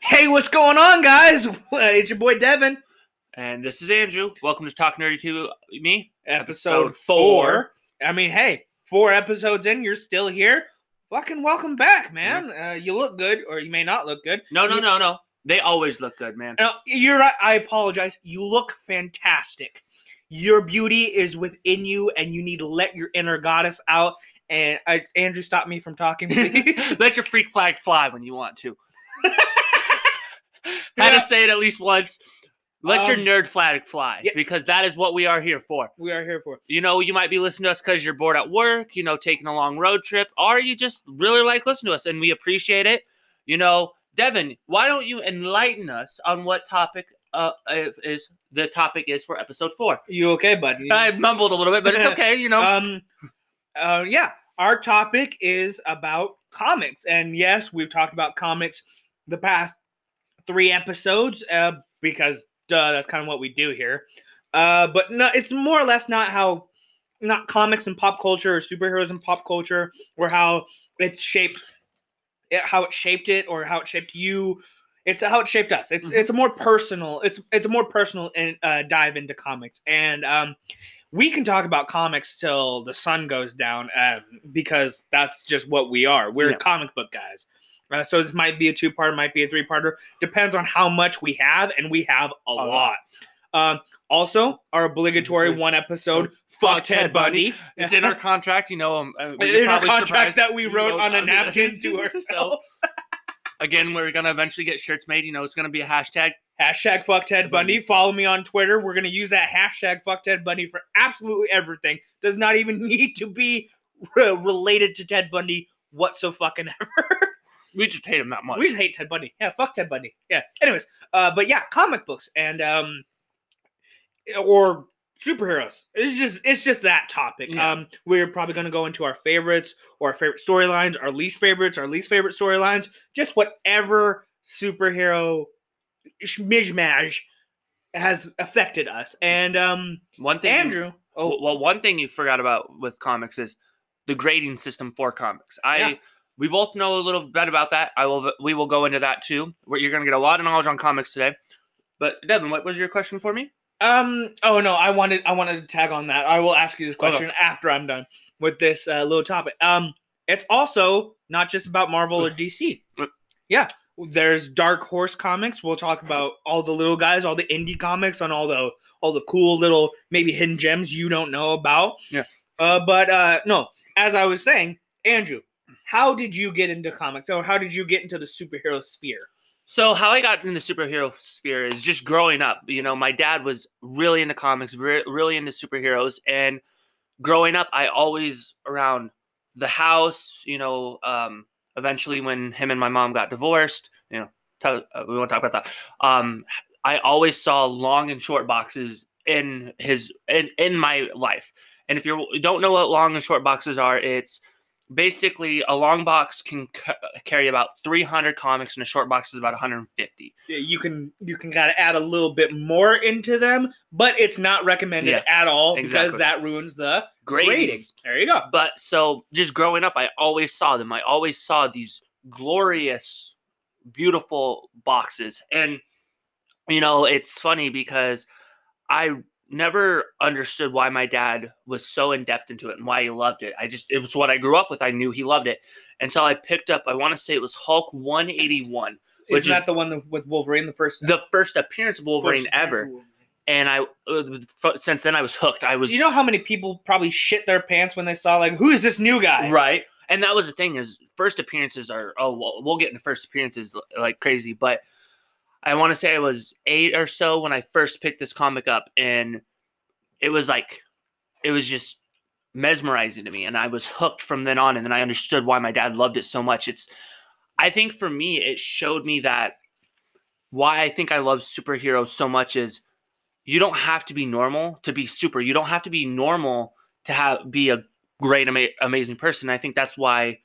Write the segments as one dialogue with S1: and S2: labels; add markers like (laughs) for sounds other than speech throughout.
S1: Hey, what's going on, guys? (laughs) It's your boy Devin.
S2: And this is Andrew. Welcome to Talk Nerdy to Me.
S1: Episode four. I mean, hey, four episodes in, you're still here. Fucking welcome back, man. Uh, you look good, or you may not look good.
S2: No, no, no, no. They always look
S1: (laughs)
S2: good, man.
S1: No, you're right. I apologize. You look fantastic. Your beauty is within you, and you need to let your inner goddess out. And I, Andrew, stop me from (laughs) talking, please.
S2: Let your freak flag fly when you want to.
S1: (laughs)
S2: Had
S1: Yeah.
S2: to say it at least once. Let your
S1: Um,
S2: nerd flag fly
S1: yeah.
S2: because that is what we are here for.
S1: we are here for it.
S2: You know, you might be listening to us because you're bored at work, you know, taking a long road trip, or you just really like listening to us and we appreciate it. You know, Devin, why don't you enlighten us on what topic uh, is- is the topic is for episode four?
S1: You okay, buddy?
S2: I mumbled a little bit, but
S1: (laughs)
S2: it's okay. You know,
S1: Um, uh, yeah, our topic is about comics, and yes, we've talked about comics the past three episodes uh, because duh, that's kind of what we do here. Uh, but no, it's more or less not how not comics and pop culture or superheroes and pop culture or how it's shaped it, how it shaped it or how it shaped you it's how it shaped us it's
S2: Mhm.
S1: it's a more personal it's it's a more personal and uh, dive into comics and um we can talk about comics till the sun goes down um, because that's just what we are we're
S2: Yeah.
S1: comic book guys uh, so this might be a two-parter might be a three-parter depends on how much we have and we have a
S2: lot.
S1: lot um, also our obligatory
S2: Obligatory.
S1: one episode
S2: Fuck
S1: fuck
S2: Ted
S1: ted bundy
S2: it's
S1: (laughs)
S2: in our contract. You know, um, uh, we
S1: in our
S2: probably
S1: contract
S2: surprised-
S1: that we
S2: you
S1: wrote
S2: know,
S1: on a
S2: us- (laughs)
S1: napkin to ourselves.
S2: Again, we're gonna eventually get shirts made. You know, it's gonna be a hashtag.
S1: hashtag fuck Ted Bundy. Follow me on Twitter. We're gonna use that hashtag fuck Ted Bundy for absolutely everything. Does not even (laughs) need to be re- related to Ted Bundy whatsoever. (laughs)
S2: We just hate him that much.
S1: We just hate Ted Bundy. Yeah, fuck Ted Bundy. Yeah. Anyways, uh, but yeah, comic books and um, or superheroes. It's just it's just that topic.
S2: Yeah.
S1: Um, we're probably gonna go into our favorites or our favorite storylines, our least favorites, our least favorite storylines, just whatever superhero mishmash has affected us. And um,
S2: one thing,
S1: Andrew.
S2: You,
S1: Oh,
S2: well, one thing you forgot about with comics is the grading system for comics. I.
S1: Yeah.
S2: We both know a little bit about that. I will. We will go into that too. Where you're going to get a lot of knowledge on comics today. But Devin, what was your question for me?
S1: um. Oh no, I wanted I wanted to tag on that. I will ask you this question after I'm done with this uh, little topic. Um, it's also not just about Marvel or DC.
S2: Ugh.
S1: Yeah, there's Dark Horse comics. We'll talk about all the little guys, all the indie comics, on all the all the cool little maybe hidden gems you don't know about.
S2: Yeah.
S1: Uh, but uh, no, as I was saying, Andrew, how did you get into comics, or how did you get into the superhero sphere?
S2: So how I got in the superhero sphere is just growing up. You know, my dad was really into comics, re- really into superheroes, and growing up, I always around the house. You know, um, eventually when him and my mom got divorced, you know, t- uh, we won't talk about that. Um, I always saw long and short boxes in his in in my life. And if you don't know what long and short boxes are, it's basically a long box can c- carry about 300 comics and a short box is about 150
S1: Yeah, you can you can kind of add a little bit more into them, but it's not recommended
S2: Yeah,
S1: at all
S2: exactly.
S1: because that ruins the
S2: Great.
S1: ratings. There you go.
S2: but so just growing up i always saw them i always saw these glorious beautiful boxes and you know it's funny because i never understood why my dad was so in depth into it and why he loved it i just it was what i grew up with i knew he loved it and so i picked up i want to say it was hulk 181 Which
S1: Which Isn't
S2: is-
S1: that the one with Wolverine the first
S2: the first appearance of wolverine
S1: first-
S2: ever and I uh, f- since then I was hooked. I was
S1: You know how many people probably shit their pants when they saw like who is this new guy?
S2: right, and that was the thing is first appearances are oh we'll, we'll get into first appearances l- like crazy, but I want to say I was eight or so when I first picked this comic up, and it was like it was just mesmerizing to me, and I was hooked from then on, and then I understood why my dad loved it so much. It's I think for me it showed me that why I think I love superheroes so much is you don't have to be normal to be super. You don't have to be normal to have be a great, ama- amazing person. I think that's why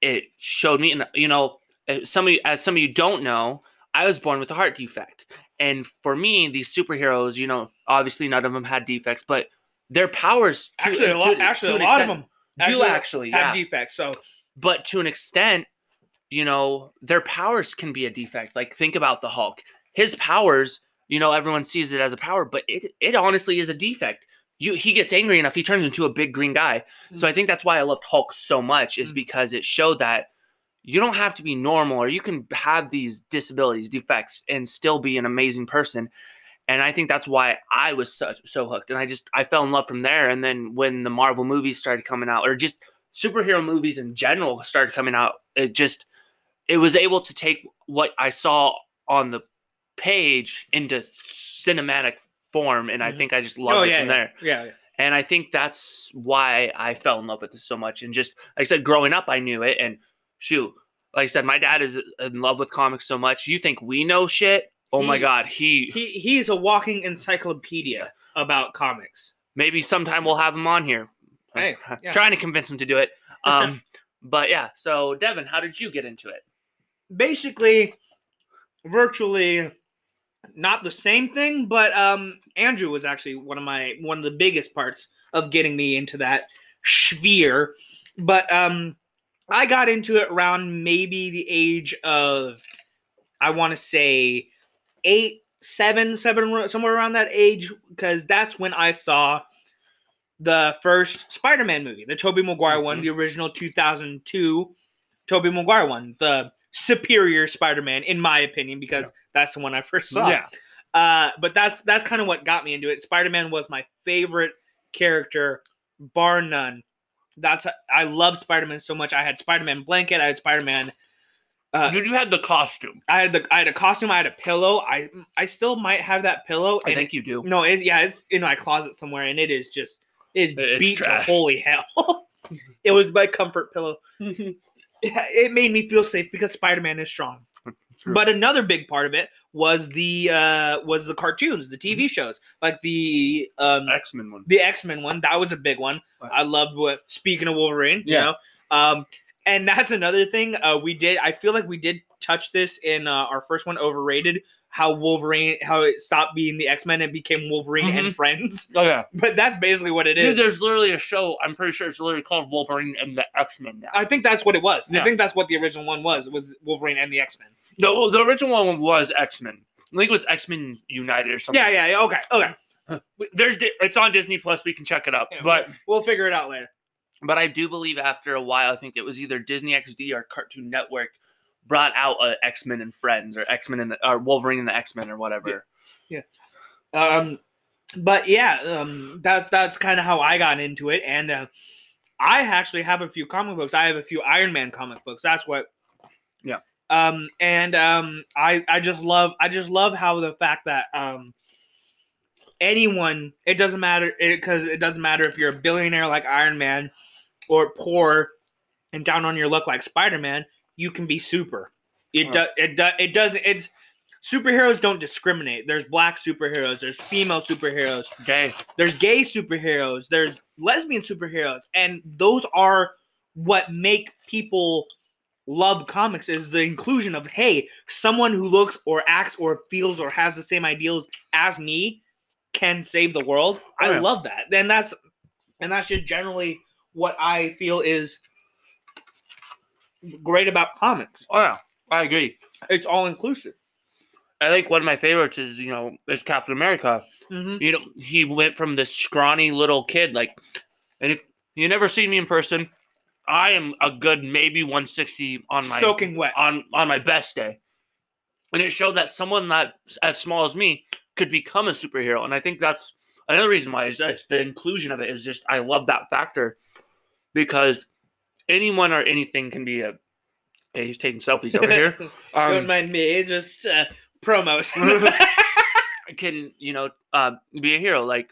S2: it showed me. And you know, as some of you, as some of you don't know, I was born with a heart defect, and for me, these superheroes, you know, obviously none of them had defects, but their powers to-
S1: Actually, a
S2: to-
S1: lot.
S2: to
S1: Actually, a
S2: an
S1: lot of
S2: extent
S1: them
S2: do
S1: actually
S2: actually,
S1: have
S2: yeah
S1: defects. So
S2: but to an extent you know, their powers can be a defect. Like think about the Hulk. His powers, you know, everyone sees it as a power, but it it honestly is a defect. You he gets angry enough, he turns into a big green guy. So
S1: Mm-hmm.
S2: I think that's why I loved Hulk so much is
S1: Mhm.
S2: because it showed that you don't have to be normal or you can have these disabilities, defects and still be an amazing person. And I think that's why I was such so hooked and I just I fell in love from there and then when the Marvel movies started coming out or just superhero movies in general started coming out, it just it was able to take what I saw on the page into cinematic form and I
S1: Mhm.
S2: think I just loved
S1: Oh
S2: it
S1: yeah,
S2: from
S1: yeah,
S2: there.
S1: yeah, yeah.
S2: And I think that's why I fell in love with this so much. And just like I said, growing up, I knew it. And shoot, like I said, my dad is in love with comics so much. You think we know shit? Oh my
S1: He-
S2: god, he,
S1: He he's a walking encyclopedia about comics.
S2: maybe sometime we'll have him on here. (laughs)
S1: Hey, yeah.
S2: trying to convince him to do it. (laughs) Um, but yeah. So Devin, how did you get into it?
S1: Basically, virtually not the same thing, but um, Andrew was actually one of my one of the biggest parts of getting me into that sphere. But um, I got into it around maybe the age of I want to say eight, seven, seven, somewhere around that age, because that's when I saw the first Spider-Man movie, the Tobey Maguire one,
S2: Mhm.
S1: the original 2002 Tobey Maguire one, the superior Spider-Man, in my opinion, because that's the one I first saw. Uh, but that's that's kind of what got me into it. Spider-Man was my favorite character, bar none. That's I love Spider-Man so much. I had Spider-Man blanket. I had Spider-Man. Uh,
S2: Dude, you had the costume.
S1: I had the I had a costume. I had a pillow. I I still might have that pillow.
S2: I
S1: and
S2: think you do. (laughs)
S1: it- no, it, yeah, it's in my closet somewhere, and it is just it
S2: It's
S1: beat to
S2: trash.
S1: holy hell. (laughs) it was my comfort pillow. Yeah, it made me feel safe because Spider-Man is strong.
S2: True.
S1: But another big part of it was the uh, was the cartoons, the TV shows, like the um,
S2: Mm-hmm. X Men one.
S1: the X Men one. That was a big one.
S2: Wow.
S1: I loved what. Speaking of Wolverine,
S2: Yeah.
S1: you know, um, and that's another thing uh, we did. I feel like we did touch this in uh, our first one, overrated. How Wolverine, how it stopped being the X Men and became Wolverine and Friends. (laughs)
S2: Oh yeah.
S1: But that's basically what it is.
S2: Dude, there's literally a show. I'm pretty sure it's literally called Wolverine and the X Men now.
S1: I think that's what it was.
S2: Yeah.
S1: I think that's what the original one was. Was Wolverine and the X Men.
S2: No, well, the original one was X Men. I think it was X Men United or something.
S1: Yeah, yeah, yeah. Okay, okay.
S2: There's Di- it's on Disney Plus. We can check it up.
S1: Yeah,
S2: but
S1: (clears throat) We'll figure it out later.
S2: but I do believe after a while, I think it was either Disney XD or Cartoon Network brought out uh, X Men and Friends or X Men and the, or Wolverine and the X Men or whatever.
S1: um but yeah um that's that's kind of how i got into it and uh, i actually have a few comic books i have a few iron man comic books that's what
S2: Yeah.
S1: um and um i i just love i just love how the fact that um anyone it doesn't matter because it, doesn't matter if you're a billionaire like iron man or poor and down on your luck like spider-man you can be super it does it, do, it does it's superheroes don't discriminate. There's black superheroes, there's female superheroes,
S2: Okay.
S1: there's gay superheroes, there's lesbian superheroes, and those are what make people love comics is the inclusion of hey, someone who looks or acts or feels or has the same ideals as me can save the world.
S2: Oh,
S1: I
S2: yeah.
S1: love that. And that's and that's just generally what I feel is great about comics.
S2: Oh yeah, I agree.
S1: It's all inclusive.
S2: I think one of my favorites is you know is Captain America.
S1: Mm-hmm.
S2: You know he went from this scrawny little kid like, and if you never seen me in person, I am a good maybe 160 on my
S1: Soaking wet.
S2: on on my best day and it showed that someone that s- as small as me could become a superhero and i think that's another reason why is this the inclusion of it is just i love that factor because anyone or anything can be a hey he's taking selfies over here
S1: (laughs) Don't
S2: um,
S1: mind me, just uh, promos.
S2: can you know uh, be a hero like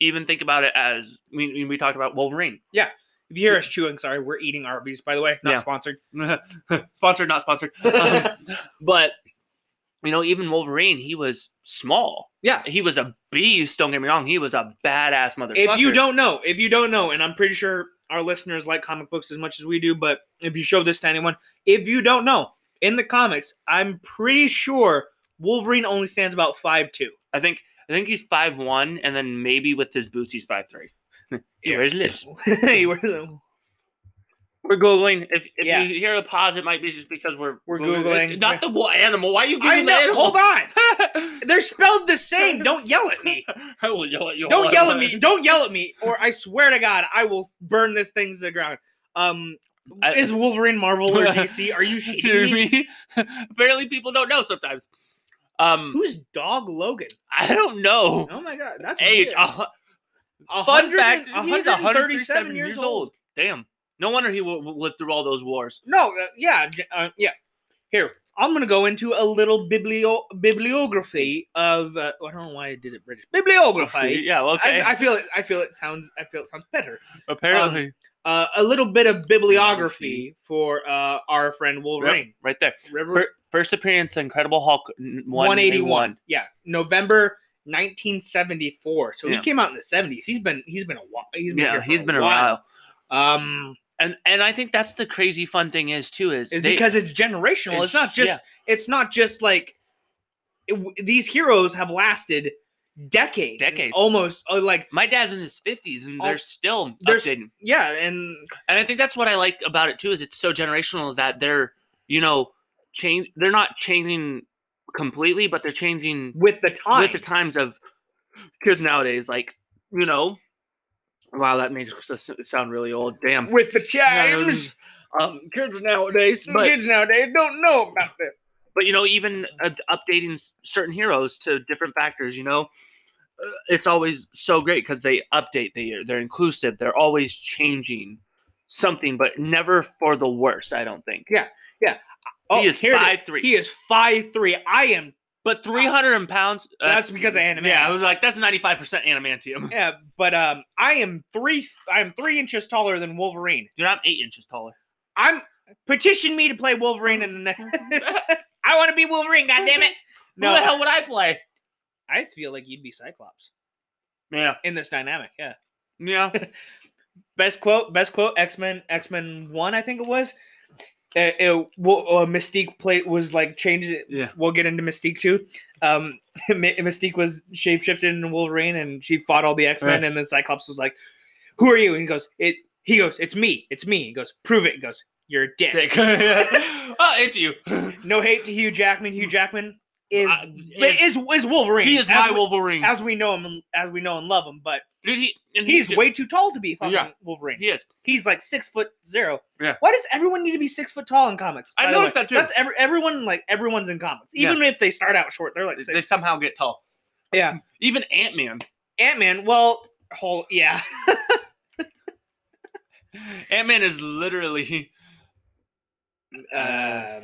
S2: even think about it as we, we- we talked about wolverine
S1: (laughs) if you hear (laughs) us chewing, sorry, we're eating Arby's, by the way, not
S2: Yeah.
S1: sponsored. Um,
S2: sponsored
S1: (laughs)
S2: not sponsored Um, but you know even wolverine he was small
S1: Yeah.
S2: he was a beast. Don't get me wrong. He was a badass motherfucker.
S1: if you don't know, if you don't know, and I'm pretty sure our listeners like comic books as much as we do, but if you show this to anyone, if you don't know, in the comics, I'm pretty sure Wolverine only stands about five (laughs) two.
S2: I think I think he's five one, and then (laughs) maybe with his boots he's five three. he
S1: Yeah.
S2: wears lips. We're googling. If, if
S1: Yeah.
S2: you hear a pause, it might be just because we're
S1: We're Googling.
S2: Not the wa- animal. Why are you googling
S1: I
S2: the
S1: know.
S2: animal? (laughs)
S1: Hold on. (laughs)
S2: on.
S1: They're spelled the same. Don't yell at me.
S2: (laughs) I will yell (laughs) at you. all
S1: Don't yell at
S2: time.
S1: me. Don't yell at me, or I swear to God, I will burn this thing to the ground. Um,
S2: I-
S1: is Wolverine Marvel
S2: (laughs)
S1: or DC? Are you
S2: Hear
S1: shitting me?
S2: me? (laughs) Apparently, people don't know sometimes. Um,
S1: Who's Dog Logan?
S2: I don't know
S1: Oh my God, that's
S2: age.
S1: weird.
S2: Uh,
S1: A
S2: fun
S1: hundred
S2: fact:
S1: and-
S2: he's
S1: 137
S2: 137 years old. Damn. No wonder he w- w- lived through all those wars.
S1: No, uh, yeah, j- uh, yeah. Here, I'm gonna go into a little biblio- bibliography of. Uh, I don't know why I did it British. Bibliography.
S2: yeah. Oh, Okay.
S1: I, I feel it. I feel it sounds. I feel it sounds better.
S2: Apparently,
S1: Uh, a little bit of bibliography for uh, our friend Wolverine.
S2: Yep, right there.
S1: River
S2: Fir- First appearance, the Incredible Hulk, n- 181.
S1: Yeah, November 1974. So he
S2: Yeah.
S1: came out in the 70s. He's been he's been a while. He's been
S2: Yeah,
S1: here for
S2: he's been a
S1: while.
S2: while.
S1: Um,
S2: And and I think that's the crazy fun thing is too is
S1: it's
S2: they-
S1: because it's generational. It's,
S2: It's-
S1: not just it's not just like it, w- these heroes have lasted decades, and
S2: Decades.
S1: almost uh, like
S2: my dad's in his 50s and
S1: Oh,
S2: they're still
S1: they're s-
S2: updating.
S1: yeah, and
S2: And I think that's what I like about it too is it's so generational that they're you know change they're not changing completely, but they're changing
S1: with the time,
S2: with the times of kids nowadays. Like you know, wow, that makes us sound really old. Damn.
S1: with the times.
S2: Um, kids nowadays, but
S1: kids nowadays don't know about this.
S2: but you know even uh, updating s- certain heroes to different factors you know uh, it's always so great because they update they, they're inclusive they're always changing something but never for the worse i don't think
S1: Oh,
S2: he is
S1: here it
S2: five three
S1: He is five three. I am
S2: but 300 pounds uh,
S1: That's because of anime.
S2: yeah i was like that's 95% animantium
S1: Yeah, but um, I am three. I'm three inches taller than Wolverine.
S2: (laughs) dude i'm eight inches taller
S1: I'm petition me to play Wolverine in the next. (laughs) I want to be Wolverine. God damn it!
S2: (laughs) who the
S1: No,
S2: hell would i play
S1: I feel like you'd be Cyclops
S2: yeah
S1: in this dynamic. Yeah.
S2: (laughs) yeah
S1: Best quote. Best quote. X Men. X Men One. I think it was. Uh, it- Wo- uh, Mystique plate was like changed. It.
S2: yeah
S1: We'll get into Mystique too. Um, (laughs) My- Mystique was shapeshifted into Wolverine, and she fought all the X Men.
S2: Right.
S1: And then Cyclops was like, "Who are you?" And he goes, "It." He goes, "It's me. It's me." He goes, "Prove it." He goes, "You're a dick."
S2: (laughs) Dick. (laughs) oh it's you
S1: No hate to Hugh Jackman. Hugh Jackman
S2: (laughs)
S1: is
S2: Uh,
S1: but is, is Wolverine.
S2: he is
S1: as
S2: my
S1: we,
S2: wolverine
S1: as we know him, as we know and love him. But
S2: Dude, he- and
S1: he's way too tall to be fucking
S2: Yeah.
S1: Wolverine.
S2: he is
S1: He's like six foot zero.
S2: Yeah.
S1: Why does everyone need to be six foot tall in comics?
S2: I
S1: by the way?
S2: noticed that too.
S1: That's every, everyone like everyone's in comics,
S2: Yeah.
S1: even if they start out short. They're like
S2: they
S1: six.
S2: somehow get tall.
S1: Yeah.
S2: (laughs) Even Ant Man.
S1: Ant Man. Well, whole (laughs) yeah.
S2: Ant Man is literally.
S1: Um,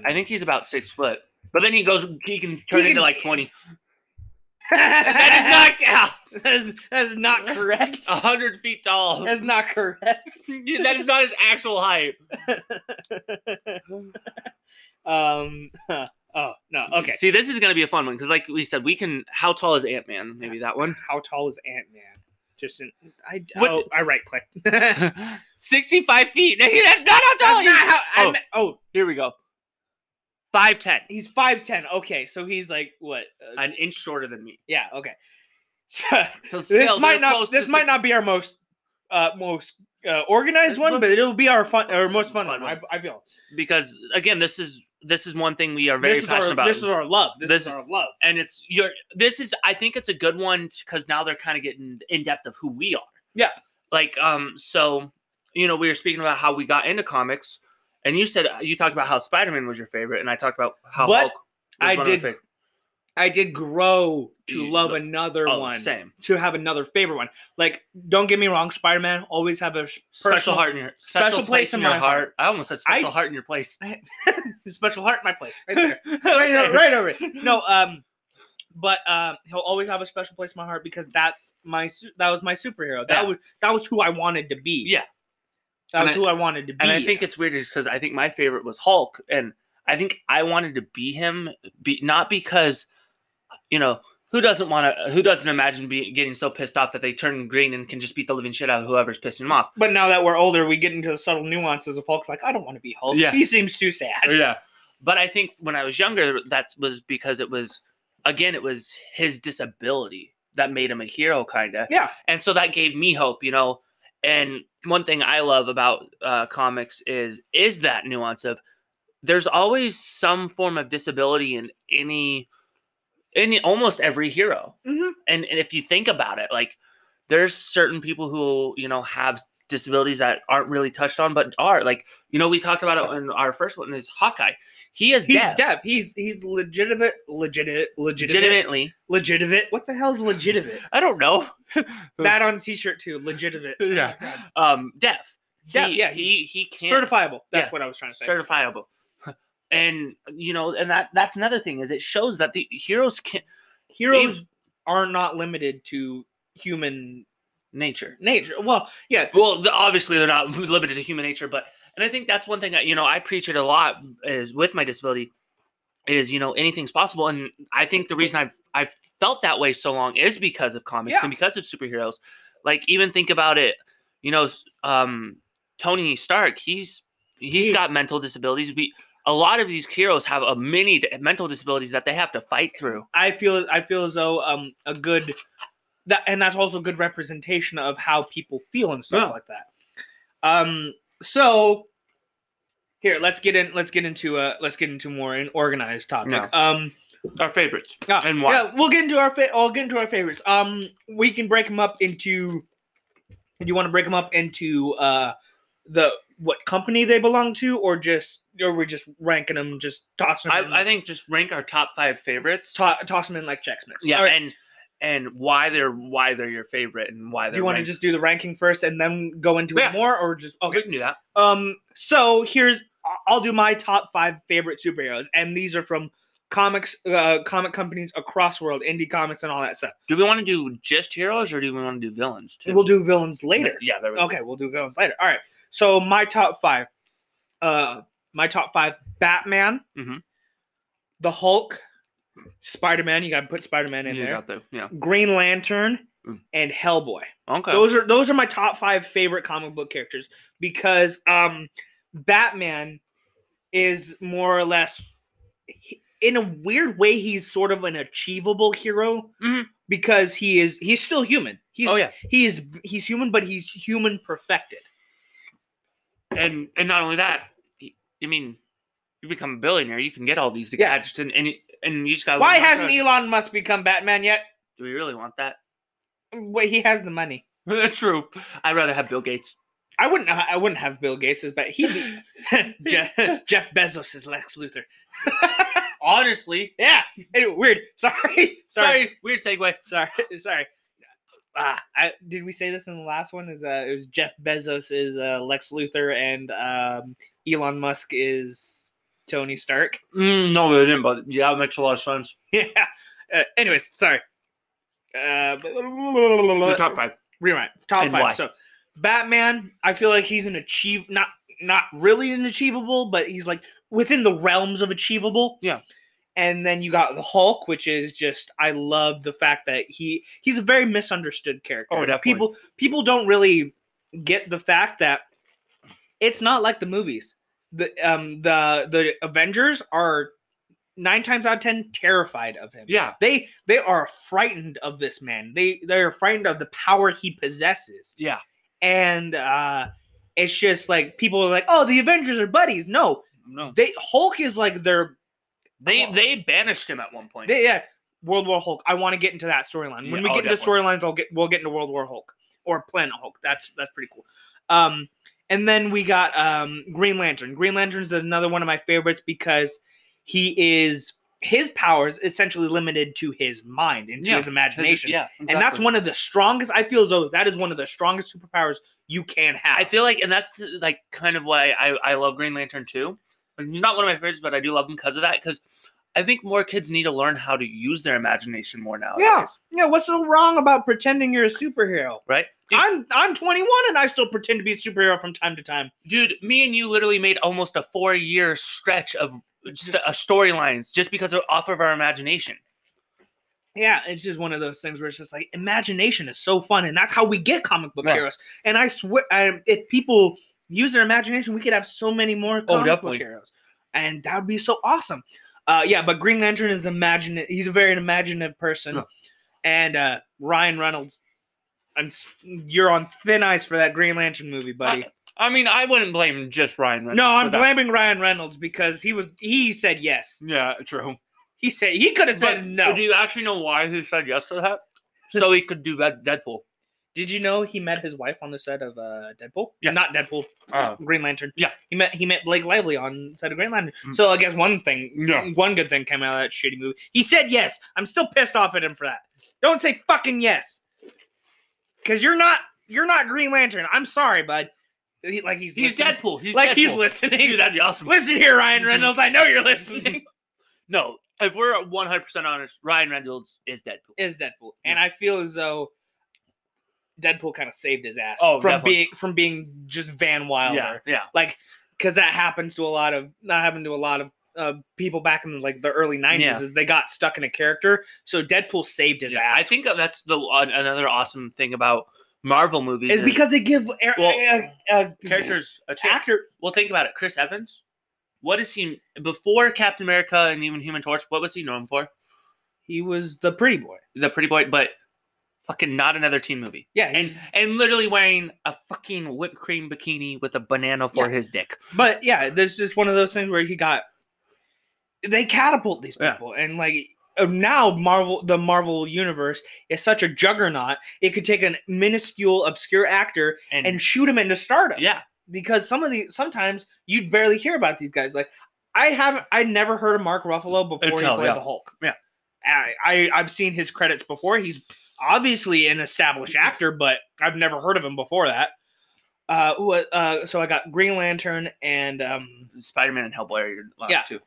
S2: I think he's about six foot, but then he goes. He can turn
S1: He
S2: into
S1: can-
S2: like twenty.
S1: (laughs) that
S2: That is (laughs) not
S1: is not. (laughs) Oh. That is, that is (laughs) not correct.
S2: a hundred feet tall.
S1: That's not correct.
S2: (laughs) that is not his actual height.
S1: Um. (laughs) Oh no. Okay.
S2: See, this is gonna be a fun one because, like we said, we can. How tall is Ant Man? Maybe that one.
S1: how tall is Ant Man? Just an, I
S2: What-
S1: oh, I right (laughs) clicked. That's
S2: Sixty-five feet. (laughs) That's not how tall.
S1: not
S2: he is.
S1: how I
S2: Oh.
S1: me- oh.
S2: Here we go. Five ten.
S1: he's five ten. Okay, so he's like what? Uh,
S2: An inch shorter than me.
S1: yeah. Okay. (laughs) So,
S2: So still,
S1: this might
S2: they're
S1: not
S2: close to
S1: this might
S2: six-
S1: not be our most uh most uh, organized one, but it'll be our fun or most fun,
S2: Fun
S1: one.
S2: one.
S1: I, I feel
S2: because again, this is this is one thing we are very
S1: this is
S2: passionate
S1: our
S2: about.
S1: this is our love. This,
S2: This
S1: is
S2: is-
S1: our love.
S2: and it's your this is i think it's a good one because now they're kind of getting in depth of who we are
S1: Yeah.
S2: like um so you know we were speaking about how we got into comics and you said you talked about how spider-man was your favorite and i talked about how
S1: But
S2: Hulk was
S1: I
S2: one of my
S1: did
S2: favorite-
S1: I did grow to
S2: You
S1: love
S2: lo-
S1: another
S2: oh,
S1: one.
S2: same
S1: To have another favorite one. Like, don't get me wrong, Spider Man always have a
S2: special
S1: personal-
S2: heart in your special, place, in,
S1: my
S2: your heart.
S1: heart.
S2: i almost said
S1: I-
S2: special heart in your place
S1: (laughs) special heart in my place. (laughs) Right there.
S2: right,
S1: right,
S2: there.
S1: over, right over. it.
S2: (laughs)
S1: No, um, but um, he'll always have a special place in my heart because that's my su- that was my superhero. That
S2: Yeah.
S1: was that was who I wanted to be.
S2: Yeah.
S1: that
S2: And
S1: was
S2: I-
S1: who I wanted to be.
S2: and i think it's weird is because i think my favorite was hulk and i think i wanted to be him be not because you know who doesn't want to who doesn't imagine be, getting so pissed off that they turn green and can just beat the living shit out of whoever's pissing them off
S1: but now that we're older, we get into the subtle nuances of Hulk. Like, I don't want to be Hulk.
S2: Yeah.
S1: he seems too sad.
S2: yeah but i think when i was younger that was because it was again it was his disability that made him a hero kind of
S1: Yeah,
S2: and so that gave me hope you know And one thing I love about uh, comics is is that nuance of there's always some form of disability in any in almost every hero.
S1: Mhm.
S2: And, and if you think about it, like there's certain people who you know have disabilities that aren't really touched on, but are like you know we talked about it in our first one is Hawkeye. He is
S1: He's
S2: deaf,
S1: deaf. He's he's legitimate, legitimate, legitimate,
S2: legitimately.
S1: legitimate. What the hell's legitimate?
S2: I don't know.
S1: that on a t-shirt too. Legitimate.
S2: (laughs) Yeah.
S1: God.
S2: Um, deaf.
S1: Deaf,
S2: He-
S1: yeah,
S2: He he can't
S1: Certifiable. That's
S2: Yeah.
S1: what I was trying to say.
S2: certifiable. And you know, and that that's another thing is it shows that the heroes can
S1: Heroes are not limited to human
S2: nature.
S1: nature. Well, yeah,
S2: Well, the- obviously they're not (laughs) limited to human nature, but and I think that's one thing that you know I preach it a lot is with my disability is you know anything's possible, and I think the reason I've I've felt that way so long is because of comics
S1: Yeah.
S2: and because of superheroes. Like even think about it, you know, s- um, Tony Stark, he's he's
S1: He-
S2: got mental disabilities. We a lot of these heroes have a many d- mental disabilities that they have to fight through.
S1: I feel I feel as though um a good that and that's also good representation of how people feel and stuff
S2: Yeah.
S1: like that. Um so here let's get in let's get into uh let's get into more an organized topic.
S2: Yeah.
S1: Um
S2: Our favorites.
S1: yeah,
S2: And why.
S1: yeah, we'll get into our fa- I'll get into our favorites. Um we can break them up into you want to break them up into uh the what company they belong to or just or we're just ranking them just tossing them in,
S2: I, I think just rank our top five favorites.
S1: to- toss them in like checks mix.
S2: Yeah,
S1: All right.
S2: and and why they're why they're your favorite and why
S1: Do
S2: they're.
S1: you want to
S2: ranked.
S1: just do the ranking first and then go into
S2: Yeah.
S1: it more, or just
S2: We
S1: okay?
S2: can do that.
S1: Um, so here's I- I'll do my top five favorite superheroes, and these are from comics, uh, comic companies across the world, indie comics, and all that stuff.
S2: Do we want to do just heroes or do we want to do villains too?
S1: We'll do villains later.
S2: Yeah, there we go.
S1: Okay, we'll do villains later. All right. So my top five, uh, my top five: Batman,
S2: Mhm.
S1: the Hulk, Spider Man. You got to put Spider Man in
S2: You
S1: there.
S2: got the- yeah.
S1: Green Lantern.
S2: Mm.
S1: And Hellboy.
S2: Okay.
S1: Those are those are my top five favorite comic book characters because um, Batman is more or less, he- in a weird way, he's sort of an achievable hero
S2: Mhm.
S1: because he is he's still human. He's
S2: oh yeah,
S1: he is he's human, but he's human perfected.
S2: and and not only that, y- I mean, you become a billionaire, you can get all these
S1: Yeah.
S2: gadgets, and and, you- and you just got.
S1: Why hasn't Elon Musk become Batman yet?
S2: Do we really want that? (laughs)
S1: Well, he has the money.
S2: That's true. I'd rather have Bill Gates.
S1: I wouldn't. I wouldn't have Bill Gates, but he Jeff, Jeff Bezos is Lex Luthor.
S2: Honestly,
S1: Yeah, anyway, weird. (laughs) sorry. sorry.
S2: sorry, weird segue.
S1: sorry, (laughs) sorry. Ah, I, did we say this in the last one? Is uh, it was Jeff Bezos is uh, Lex Luthor and um, Elon Musk is Tony Stark. (laughs)
S2: Mm, no, we didn't. But yeah, it makes a lot of sense.
S1: Yeah. Uh, anyways, sorry. Uh,
S2: Your top five.
S1: Rewind. Top
S2: And
S1: five.
S2: why?
S1: So, Batman. I feel like he's an achieve not not really an achievable, but he's like within the realms of achievable.
S2: Yeah.
S1: And then you got the Hulk, which is just I love the fact that he he's a very misunderstood character.
S2: Oh, definitely.
S1: People people don't really get the fact that it's not like the movies. The um the the Avengers are nine times out of ten terrified of him
S2: Yeah,
S1: they they are frightened of this man they they're frightened of the power he possesses
S2: yeah.
S1: and uh it's just like people are like oh the avengers are buddies no
S2: No,
S1: they hulk is like their
S2: they
S1: Oh.
S2: they banished him at one point.
S1: they, yeah world war hulk i want to get into that storyline when
S2: Yeah,
S1: we
S2: oh,
S1: get into
S2: definitely.
S1: storylines i'll get we'll get into world war hulk or planet hulk that's that's pretty cool um and then we got um green lantern green lantern's another one of my favorites because he is his powers essentially limited to his mind and to
S2: Yeah,
S1: his
S2: Has it-
S1: imagination
S2: Yeah,
S1: and that's
S2: exactly.
S1: one of the strongest. I feel as though that is one of the strongest superpowers you can have.
S2: I feel like, and that's like kind of why I, I love Green Lantern too. He's not one of my favorites, but I do love him because of that. Because I think more kids need to learn how to use their imagination more nowadays.
S1: Yeah. yeah, what's so wrong about pretending you're a superhero?
S2: Right? Dude,
S1: I'm I'm 21 and I still pretend to be a superhero from time to time.
S2: dude, me and you literally made almost a four year stretch of just
S1: Just-
S2: uh, storylines just because of off of our imagination.
S1: Yeah, it's just one of those things where it's just like imagination is so fun, and that's how we get comic book
S2: Yeah.
S1: heroes. And I swear, I, if people use their imagination, we could have so many more comic book
S2: Oh, definitely.
S1: heroes, and that would be so awesome. Uh, yeah, but Green Lantern is imaginative. He's a very imaginative person,
S2: Yeah.
S1: and uh, Ryan Reynolds I'm s- you're on thin ice for that Green Lantern movie,
S2: (laughs)
S1: buddy.
S2: I mean, I wouldn't blame just Ryan Reynolds.
S1: no, I'm
S2: for that.
S1: blaming Ryan Reynolds because he was he said yes.
S2: Yeah, true.
S1: He said he could have said
S2: But
S1: no.
S2: Do you actually know why he said yes to that? So he could do that Deadpool.
S1: Did you know he met his wife on the set of uh, Deadpool?
S2: Yeah.
S1: not Deadpool.
S2: Oh.
S1: Green Lantern.
S2: Yeah.
S1: he met he met Blake Lively on set of Green Lantern.
S2: Mm.
S1: So I guess one thing,
S2: Yeah.
S1: one good thing came out of that shitty movie. He said yes. I'm still pissed off at him for that. Don't say fucking yes, because you're not you're not Green Lantern. I'm sorry, bud. He- like he's
S2: He's
S1: listening.
S2: Deadpool. He's
S1: like
S2: Deadpool.
S1: he's listening.
S2: Dude, Mm-hmm. that'd be
S1: (laughs)
S2: awesome.
S1: Listen here, Ryan Reynolds. I know you're
S2: (laughs)
S1: listening.
S2: No, if we're 100 percent honest, Ryan Reynolds is Deadpool.
S1: is Deadpool, and I feel as though Deadpool kind of saved his ass
S2: Oh,
S1: from
S2: definitely.
S1: being from being just Van Wilder,
S2: yeah, yeah.
S1: like because that happens to a lot of not happened to a lot of uh, people back in like the early '90s
S2: Yeah.
S1: is they got stuck in a character. So Deadpool saved his
S2: Yeah, I
S1: ass.
S2: think that's the uh, another awesome thing about Marvel movies
S1: is
S2: is
S1: because they give a,
S2: Well,
S1: a- a-
S2: characters a chance.
S1: actor.
S2: Well, think about it. Chris Evans, what is he before Captain America and even Human Torch? What was he known for?
S1: He was the pretty boy.
S2: The Pretty Boy, but fucking not another teen movie.
S1: Yeah, he-
S2: And and literally wearing a fucking whipped cream bikini with a banana for
S1: Yeah.
S2: his dick.
S1: but yeah, this is one of those things where he got they catapult these
S2: Yeah.
S1: people, and like uh, now Marvel, the Marvel universe is such a juggernaut. It could take a minuscule, obscure actor
S2: And,
S1: and shoot him into stardom.
S2: yeah,
S1: because some of the sometimes you'd barely hear about these guys. Like I haven't, I never heard of Mark Ruffalo before he
S2: Until,
S1: played
S2: yeah.
S1: the Hulk.
S2: Yeah.
S1: I, I I've seen his credits before. He's obviously an established actor, but I've never heard of him before that. Uh, ooh, uh, so I got Green Lantern and um,
S2: Spider Man and Hellboy are your last
S1: Yeah.
S2: two.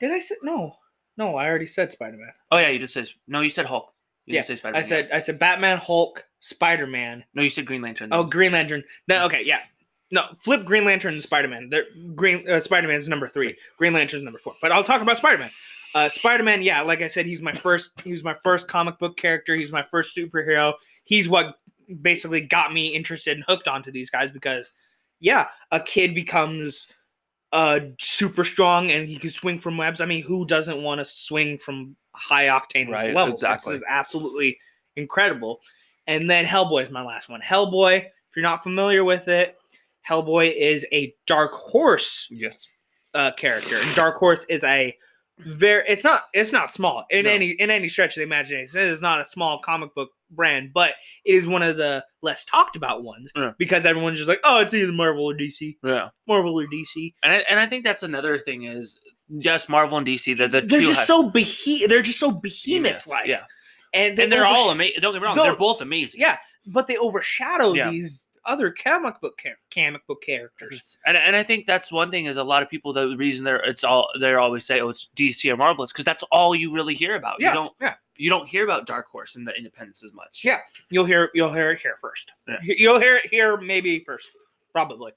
S1: did I say no? No, I already said Spider Man.
S2: Oh yeah, you just said no. You said Hulk. You didn't say Spider
S1: I
S2: Man.
S1: said I said Batman, Hulk, Spider Man.
S2: no. You said Green Lantern.
S1: Oh, Green Lantern. Then okay, yeah. No, flip Green Lantern and Spider Man. They're Green uh, Spider Man's number three. Green Lantern's number four. But I'll talk about Spider Man. Uh, Spider Man, yeah, like I said, he's my first. He was my first comic book character. He's my first superhero. He's what basically got me interested and hooked onto these guys because, yeah, a kid becomes uh super strong and he can swing from webs. I mean, who doesn't want to swing from high octane
S2: Right,
S1: levels?
S2: exactly.
S1: This is absolutely incredible. And then Hellboy is my last one. Hellboy, if you're not familiar with it, Hellboy is a dark horse
S2: yes.
S1: uh, character. And Dark Horse is a very it's not it's not small in
S2: No.
S1: any in any stretch of the imagination. It is not a small comic book brand, but it is one of the less talked about ones
S2: Yeah.
S1: because everyone's just like, oh, it's either Marvel or DC,
S2: Yeah.
S1: Marvel or DC.
S2: And I, and I think that's another thing is yes, Marvel and DC. They're the
S1: they're
S2: two
S1: just
S2: high-
S1: so behe- they're just so behemoth like,
S2: Yeah.
S1: and, they
S2: And they're
S1: oversh-
S2: all amazing. Don't get me wrong.
S1: No.
S2: They're both amazing.
S1: yeah, but they overshadow
S2: Yeah.
S1: these other comic book char- comic book characters.
S2: And, and I think that's one thing is a lot of people the reason they're it's all they're always say oh it's DC or Marvel is because that's all you really hear about
S1: Yeah,
S2: you don't
S1: yeah.
S2: you don't hear about Dark Horse and the Independence as much
S1: Yeah. You'll hear you'll hear it here first.
S2: Yeah.
S1: You'll hear it here maybe first, probably.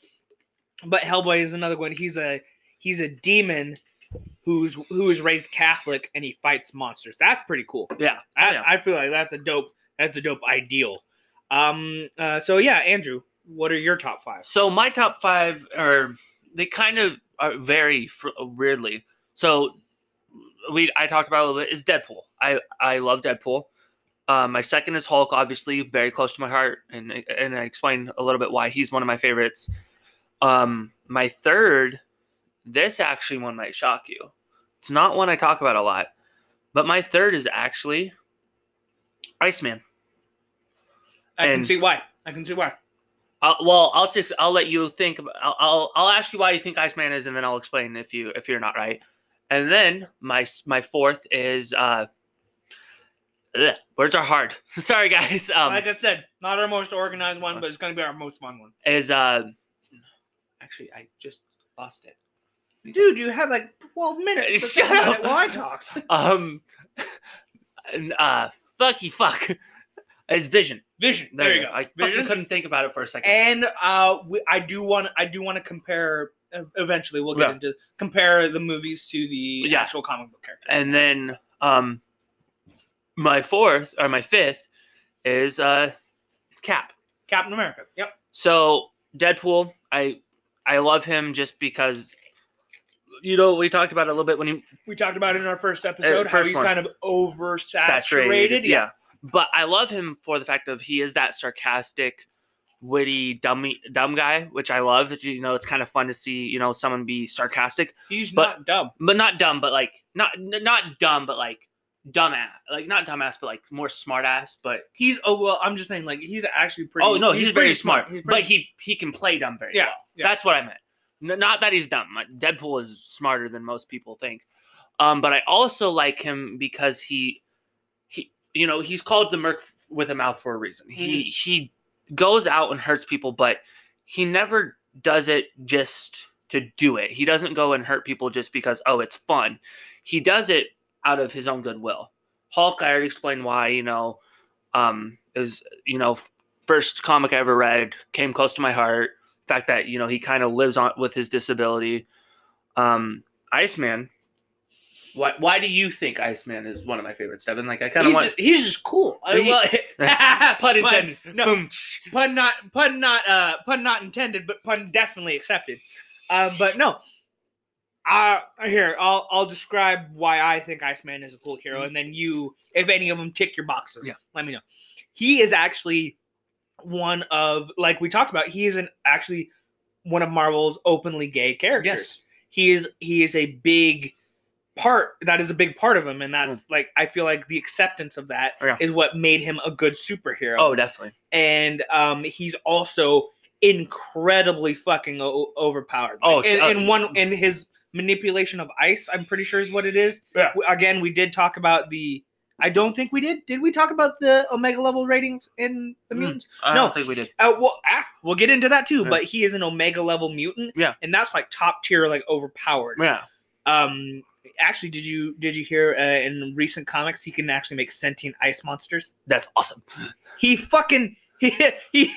S1: But Hellboy is another one. He's a he's a demon who's who is raised Catholic and he fights monsters. That's pretty cool.
S2: yeah
S1: I,
S2: yeah.
S1: I feel like that's a dope that's a dope ideal. Um uh, so yeah, Andrew, what are your top five?
S2: So my top five are they kind of are vary fr weirdly. So we I talked about a little bit is Deadpool. I I love Deadpool. Uh, my second is Hulk, obviously very close to my heart, and I- and I explained a little bit why he's one of my favorites. Um, my third, this actually one might shock you. It's not one I talk about a lot, but my third is actually Iceman.
S1: I can
S2: and-
S1: see why. I can see why.
S2: I'll, well, I'll just I'll let you think. ab- I'll, I'll I'll ask you why you think Iceman is, and then I'll explain if you if you're not right. And then my s- my fourth is uh, ugh, words are hard. (laughs) Sorry guys. Um, uh,
S1: like I said, not our most organized one, but it's gonna be our most fun one.
S2: is uh, actually I just lost it.
S1: Dude, you had like twelve minutes to
S2: (laughs) Shut
S1: think about
S2: up.
S1: it while I talked.
S2: Um, (laughs) and, uh, fucky fuck. (laughs) Is Vision.
S1: Vision. There, you go.
S2: I
S1: Vision.
S2: fucking couldn't think about it for a second.
S1: and uh, we, I do want I do want to compare. uh, Eventually, we'll get
S2: Yeah.
S1: into compare the movies to the
S2: Yeah.
S1: actual comic book character.
S2: and then um my fourth or my fifth is uh cap
S1: Captain America. Yep.
S2: so deadpool i i love him just because you know we talked about it a little bit when he
S1: We talked about it in our first episode how
S2: Er, first
S1: he's
S2: one.
S1: kind of oversaturated.
S2: saturated
S1: Yeah.
S2: yeah But I love him for the fact of he is that sarcastic, witty, dummy, dumb guy, which I love. You know, it's kind of fun to see you know someone be sarcastic,
S1: He's
S2: But-
S1: not dumb.
S2: but not dumb, but like not n- not dumb, but like dumbass, like not dumbass, but like more smartass. But
S1: He's oh well. I'm just saying like he's actually pretty.
S2: oh no, he's,
S1: pretty
S2: very smart,
S1: He's
S2: but
S1: pretty-
S2: he he can play dumb very
S1: Yeah,
S2: well.
S1: yeah.
S2: That's what I meant. N- not that he's dumb. Like, Deadpool is smarter than most people think. Um, but I also like him because he he you know he's called the Merc f- with a mouth for a reason. He
S1: Mm-hmm.
S2: he goes out and hurts people, but he never does it just to do it. He doesn't go and hurt people just because oh it's fun. He does it out of his own goodwill. Hulk, I already explained why. You know, um, it was you know f- first comic I ever read came close to my heart. fact that you know he kind of lives on with his disability. Um, Iceman. Why, why do you think Iceman is one of my favorites, Seven? Like I kind of
S1: he's,
S2: want
S1: just, he's just cool. I,
S2: But he- (laughs)
S1: (laughs) well,
S2: pun
S1: but-
S2: intended.
S1: no,
S2: Boom. tsh.
S1: pun not pun not uh pun not intended but pun definitely accepted um but no uh here i'll i'll describe why i think iceman is a cool hero and then you if any of them tick your boxes
S2: Mm-hmm. Yeah.
S1: let me know he is actually one of like we talked about he is an actually one of marvel's openly gay characters
S2: Yes.
S1: he is he is a big part that is a big part of him and that's like i feel like the acceptance of that is
S2: Hmm. Oh, Yeah.
S1: what made him a good superhero
S2: Oh, definitely.
S1: and um, he's also incredibly fucking o- overpowered.
S2: Oh,
S1: in,
S2: uh,
S1: in one in his manipulation of ice, I'm pretty sure is what it is.
S2: Yeah.
S1: W- Again, we did talk about the. I don't think we did. Did we talk about the omega level ratings in the
S2: Mm.
S1: mutants?
S2: I
S1: No.
S2: don't think we did.
S1: Uh, well, ah, we'll get into that too.
S2: Yeah.
S1: But he is an omega level mutant.
S2: Yeah.
S1: and that's like top tier, like overpowered.
S2: Yeah.
S1: Um, actually, did you did you hear uh, in recent comics he can actually make sentient ice monsters?
S2: That's awesome.
S1: He fucking (laughs) he, he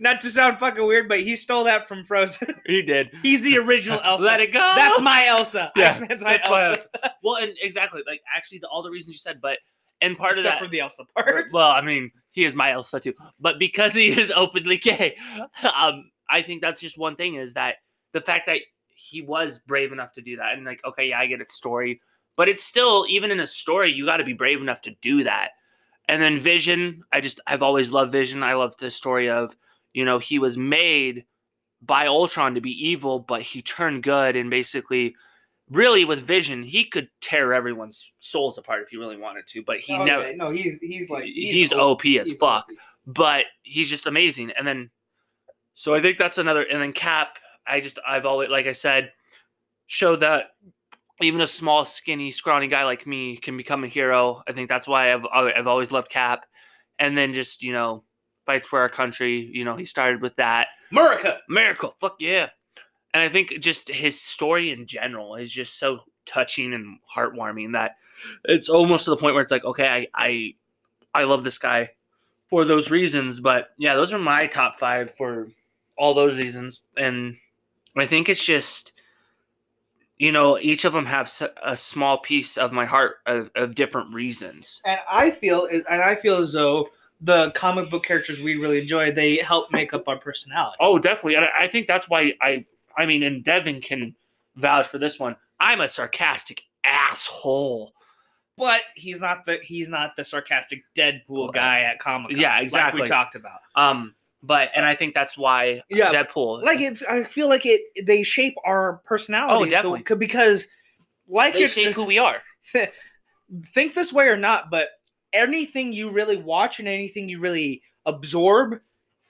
S1: not to sound fucking weird, but he stole that from Frozen. (laughs)
S2: He did.
S1: He's the original Elsa.
S2: (laughs) Let it go.
S1: That's my Elsa.
S2: Yeah,
S1: Iceman's my
S2: that's my
S1: Elsa.
S2: well, and exactly like actually the, all the reasons you said, but and part
S1: Except
S2: of
S1: for
S2: that.
S1: the Elsa part.
S2: well, I mean, he is my Elsa too, but because he (laughs) is openly gay, um, I think that's just one thing is that the fact that he was brave enough to do that, and like, okay, yeah, I get its story, but it's still even in a story, you got to be brave enough to do that. And then Vision, I just I've always loved Vision. I love the story of you know he was made by Ultron to be evil, but he turned good and basically. Really, with Vision, he could tear everyone's souls apart if he really wanted to, but he never
S1: no, he's he's
S2: he's, OP as fuck, but he's just amazing. And then, so I think that's another. And then Cap, I just I've always like I said, showed that even a small, skinny, scrawny guy like me can become a hero. I think that's why I've al- I've always loved Cap. And then just you know fights for our country. You know he started with that
S1: America.
S2: America, fuck yeah. And I think just his story in general is just so touching and heartwarming that it's almost to the point where it's like, okay, I I, I love this guy for those reasons. But yeah, those are my top five for all those reasons. And I think it's just, you know, each of them have s- a small piece of my heart of, of different reasons.
S1: And I feel and I feel as though the comic book characters we really enjoy, they help make up our personality.
S2: Oh, definitely. And I, I think that's why I, I mean, and Devin can vouch for this one. I'm a sarcastic asshole.
S1: But he's not the he's not the sarcastic Deadpool guy at Comic Con.
S2: Yeah,
S1: Like
S2: exactly.
S1: we talked about.
S2: Um, but and I think that's why
S1: Yeah,
S2: Deadpool.
S1: like it, I feel like it they shape our personality.
S2: definitely.
S1: because like
S2: they
S1: your,
S2: shape who we are.
S1: (laughs) think this way or not, but anything you really watch and anything you really absorb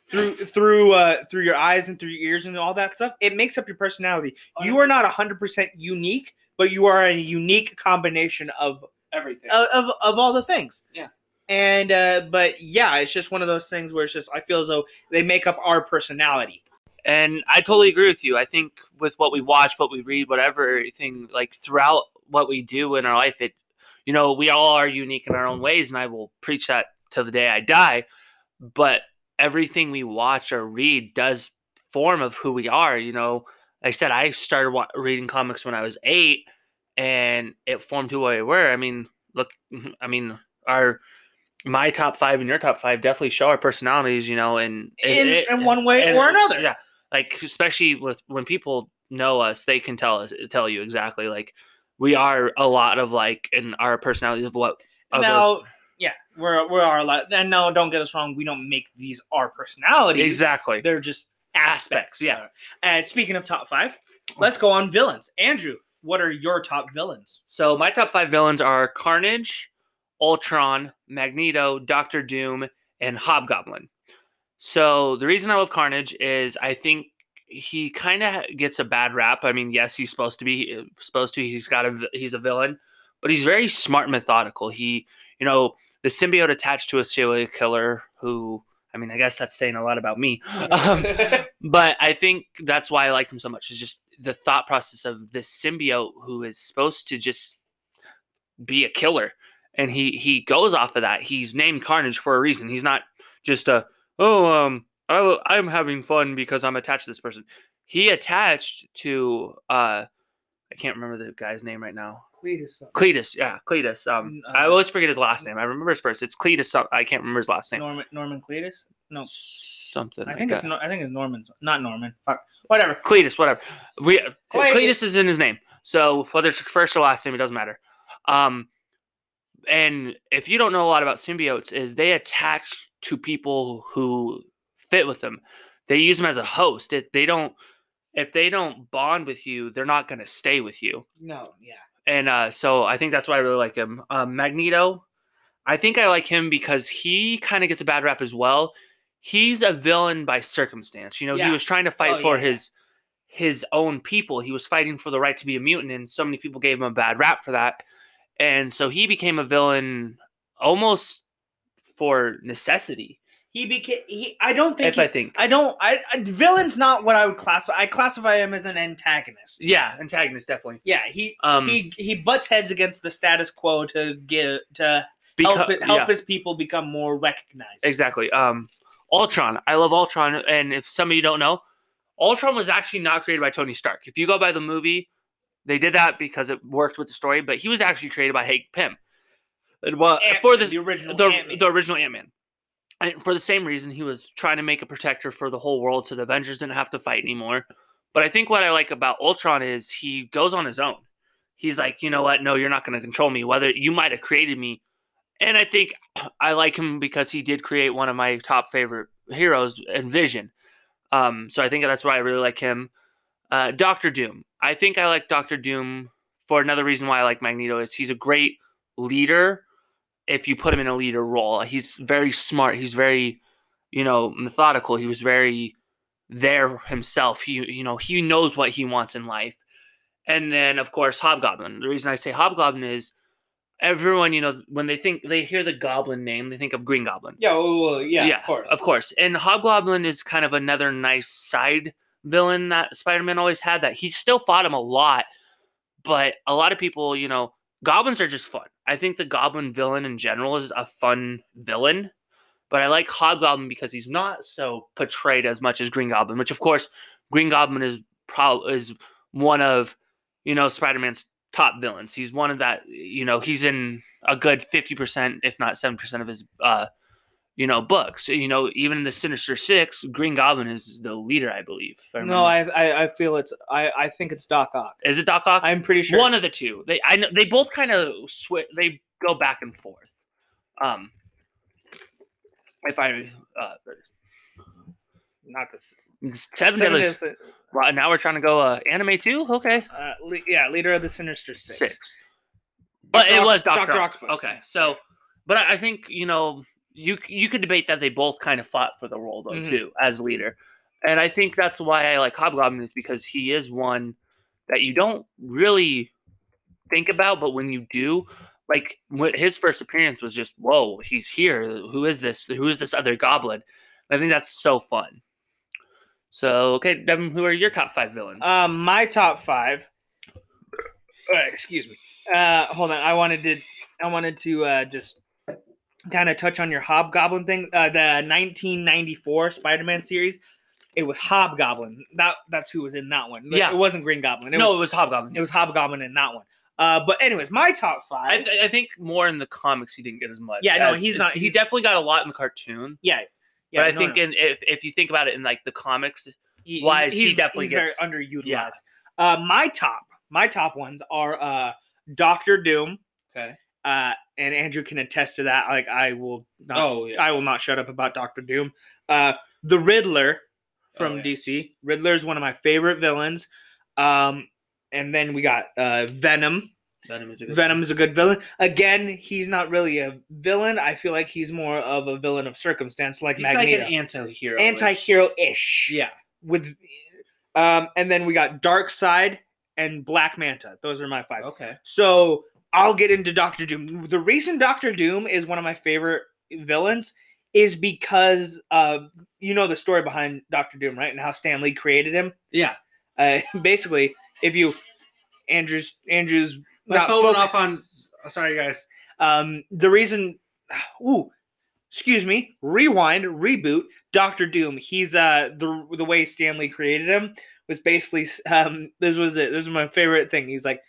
S1: through through uh, through your eyes and through your ears and all that stuff, it makes up your personality. You are not hundred percent unique, but you are a unique combination of
S2: everything.
S1: of of, of all the things.
S2: Yeah.
S1: And uh, but yeah, it's just one of those things where it's just I feel as though they make up our personality.
S2: And I totally agree with you. I think with what we watch, what we read, whatever thing, like throughout what we do in our life, it, you know, we all are unique in our own ways, and I will preach that till the day I die. But everything we watch or read does form of who we are. You know, like I said, I started wa- reading comics when I was eight, and it formed who I were. I mean, look, (laughs) I mean, our my top five and your top five definitely show our personalities. You know, and it-
S1: in,
S2: it-
S1: in one way
S2: and-
S1: or another.
S2: Yeah, like especially with when people know us, they can tell us tell you exactly like we are a lot of like in our personalities of what of
S1: Now,
S2: us.
S1: yeah, we're we're our li And no, don't get us wrong. We don't make these our personalities.
S2: Exactly.
S1: They're just aspects.
S2: Aspects, yeah.
S1: And speaking of top five, let's go on villains. Andrew, what are your top villains?
S2: So my top five villains are Carnage, Ultron, Magneto, Doctor Doom, and Hobgoblin. So the reason I love Carnage is I think he kind of gets a bad rap. I mean, yes, he's supposed to be supposed to. He's got a vi- he's a villain, but he's very smart, and methodical. He, you know, the symbiote attached to a serial killer who. I mean, I guess that's saying a lot about me. Um, but I think that's why I liked him so much is just the thought process of this symbiote who is supposed to just be a killer, and he he goes off of that. He's named Carnage for a reason. He's not just a oh um I, I'm having fun because I'm attached to this person. He attached to uh I can't remember the guy's name right now.
S1: (laughs) Cletus.
S2: Cletus, yeah, Cletus. Um, I
S1: Uh,
S2: always forget his last name. I remember his first. It's Cletus. some- I can't remember his last name.
S1: Norman Norman Cletus. No,
S2: Something.
S1: I
S2: like
S1: think
S2: that.
S1: it's Nor- I think it's Norman's, not Norman. Fuck, whatever.
S2: Cletus, whatever. We Cletus.
S1: Cletus.
S2: is in his name. So whether it's first or last name, it doesn't matter. Um, and if you don't know a lot about symbiotes, is they attach to people who fit with them. They use them as a host. If they don't, if they don't bond with you, they're not going to stay with you.
S1: No, yeah.
S2: And uh, so I think that's why I really like him. Um, Magneto, I think I like him because he kind of gets a bad rap as well. He's a villain by circumstance. You know,
S1: Yeah.
S2: he was trying to fight
S1: Oh,
S2: for
S1: yeah, yeah.
S2: his his own people. He was fighting for the right to be a mutant, and so many people gave him a bad rap for that. And so he became a villain almost for necessity.
S1: He became. He. I don't think.
S2: if
S1: he-
S2: I think,
S1: I don't. I, I villain's not what I would classify. I classify him as an antagonist.
S2: yeah, antagonist definitely.
S1: Yeah, he
S2: Um,
S1: he he butts heads against the status quo to get to
S2: beca-
S1: help it,
S2: yeah.
S1: help his people become more recognized.
S2: Exactly. Um, Ultron. I love Ultron. And if some of you don't know, Ultron was actually not created by Tony Stark. If you go by the movie, they did that because it worked with the story, but he was actually created by Hank Pym. And, well,
S1: Ant-
S2: uh, for the,
S1: the original
S2: the,
S1: Ant-Man.
S2: the original Ant Man. And for the same reason, he was trying to make a protector for the whole world so the Avengers didn't have to fight anymore. But I think what I like about Ultron is he goes on his own. He's like, you know what? No, you're not going to control me. Whether you might have created me. And I think I like him because he did create one of my top favorite heroes, Envision. Um, so I think that's why I really like him. Uh, Doctor Doom. I think I like Doctor Doom for another reason why I like Magneto is he's a great leader. If you put him in a leader role, he's very smart. He's very, you know, methodical. He was very there himself. He, you know, he knows what he wants in life. And then, of course, Hobgoblin. The reason I say Hobgoblin is everyone, you know, when they think they hear the Goblin name, they think of Green Goblin.
S1: Yeah, well, well, yeah,
S2: Yeah,
S1: of course.
S2: Of course. And Hobgoblin is kind of another nice side villain that Spider Man always had that he still fought him a lot, but a lot of people, you know, goblins are just fun. I think the goblin villain in general is a fun villain, but I like Hobgoblin because he's not so portrayed as much as Green Goblin, which of course Green Goblin is prob is one of, you know, Spider Man's top villains. He's one of that, you know, he's in a good 50%, if not 7% of his uh you know, books. You know, even the Sinister Six, Green Goblin is the leader, I believe. if
S1: No,
S2: remember.
S1: I, I I feel it's I I think it's Doc Ock.
S2: is it Doc Ock?
S1: I'm pretty sure.
S2: One of the two. They I know they both kind of swi They go back and forth. Um, if I uh,
S1: not this.
S2: seven deadly. Well, now we're trying to go uh, anime too. Okay,
S1: uh, le- yeah, leader of the Sinister Six.
S2: six. But
S1: Dr.
S2: it
S1: Oc-
S2: was Doctor
S1: Dr.
S2: Octopus.
S1: Octopus,
S2: Okay,
S1: yeah.
S2: so but I I think you know you c- you could debate that they both kind of fought for the role though
S1: Mhm.
S2: too as leader, and I think that's why I like Hobgoblin is because he is one that you don't really think about, but when you do, like when his first appearance was just whoa, he's here. Who is this? Who is this other goblin? I think that's so fun. So okay, Devin, who are your top five villains?
S1: Um, my top five. Uh, excuse me. Uh, hold on. I wanted to. I wanted to uh, just kind of touch on your Hobgoblin thing. Uh, the 1994 Spider-Man series. It was Hobgoblin. That that's who was in that one. Like,
S2: Yeah.
S1: It wasn't Green Goblin. It
S2: no,
S1: was,
S2: it was Hobgoblin.
S1: it was Hobgoblin in that one. Uh, but anyways, my top
S2: I,
S1: five.
S2: th- I think more in the comics he didn't get as much.
S1: Yeah, no,
S2: as-
S1: he's not-
S2: He
S1: he's-
S2: definitely got a lot in the cartoon.
S1: yeah.
S2: Yeah, but I
S1: no,
S2: think
S1: no.
S2: in if, if you think about it in like the comics,
S1: He-
S2: why
S1: he's-
S2: is he
S1: he's-
S2: definitely
S1: he's
S2: gets-
S1: very underutilized.
S2: yeah.
S1: Uh, my top, my top ones are uh, Doctor Doom,
S2: okay,
S1: uh, and Andrew can attest to that. Like I will not,
S3: Oh, yeah.
S1: I will not shut up about Doctor Doom. Uh, the Riddler from
S3: Oh, yeah.
S1: DC. Riddler is one of my favorite villains. Um, and then we got uh, Venom.
S3: Venom is a good
S1: Venom is a good villain. Again, he's not really a villain. I feel like he's more of a villain of circumstance, like
S2: He's like
S1: Magneto,
S2: an anti-hero.
S1: anti-hero ish.
S3: Yeah.
S1: With, um, and then we got Dark Side and Black Manta. Those are my five.
S3: Okay.
S1: So I'll get into Doctor Doom. The reason Doctor Doom is one of my favorite villains is because uh, you know the story behind Doctor Doom, right? And how Stan Lee created him.
S3: Yeah.
S1: Uh, (laughs) basically, if you Andrews Andrews
S3: My
S1: not
S3: phone went
S1: focus-
S3: off on. uh, Sorry, guys.
S1: um, the reason, (sighs) ooh, excuse me, rewind, reboot, Doctor Doom. He's uh the the way Stanley created him was basically (laughs) um this was it. This was my favorite thing. He's like,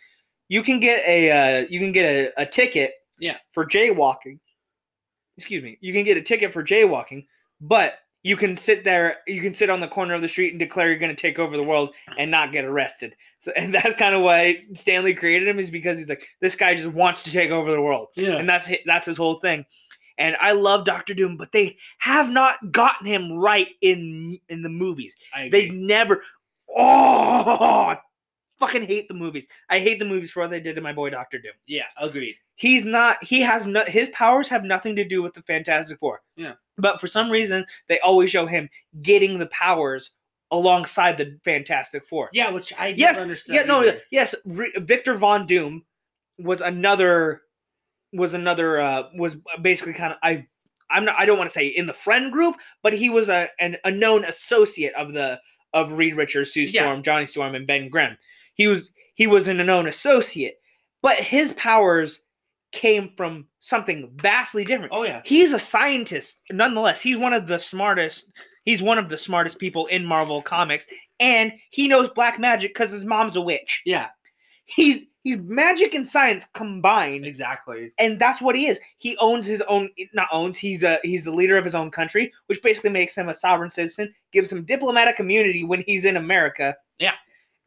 S1: you can get a uh, you can get a, a ticket
S3: Yeah.
S1: for jaywalking. Excuse me, you can get a ticket for jaywalking, but you can sit there, you can sit on the corner of the street and declare you're going to take over the world and not get arrested. So, (laughs) and that's kind of why Stanley created him is because he's like, this guy just wants to take over the world
S3: Yeah.
S1: and that's hi- that's his whole thing. And I love Doctor Doom, but they have not gotten him right in in the movies.
S3: I
S1: They
S3: agree.
S1: never. Oh, I fucking hate the movies. I hate the movies for what they did to my boy Doctor Doom.
S3: yeah. Agreed.
S1: He's not. He has no. His powers have nothing to do with the Fantastic Four.
S3: Yeah.
S1: But for some reason, they always show him getting the powers alongside the Fantastic Four.
S3: Yeah, which I never
S1: Yes.
S3: understood.
S1: Yeah. No.
S3: either.
S1: Yes. Re- Victor Von Doom was another was another uh, was basically kind of I I'm not I don't want to say in the friend group, but he was a an, a known associate of the of Reed Richards, Sue
S3: Yeah.
S1: Storm, Johnny Storm, and Ben Grimm. He was he was an known associate, but his powers came from something vastly different
S3: Oh yeah.
S1: he's a scientist nonetheless he's one of the smartest he's one of the smartest people in marvel comics and he knows black magic because his mom's a witch
S3: Yeah.
S1: he's he's magic and science combined
S3: Exactly.
S1: and that's what he is he owns his own not owns he's a he's the leader of his own country which basically makes him a sovereign citizen gives him diplomatic immunity when he's in america
S3: Yeah.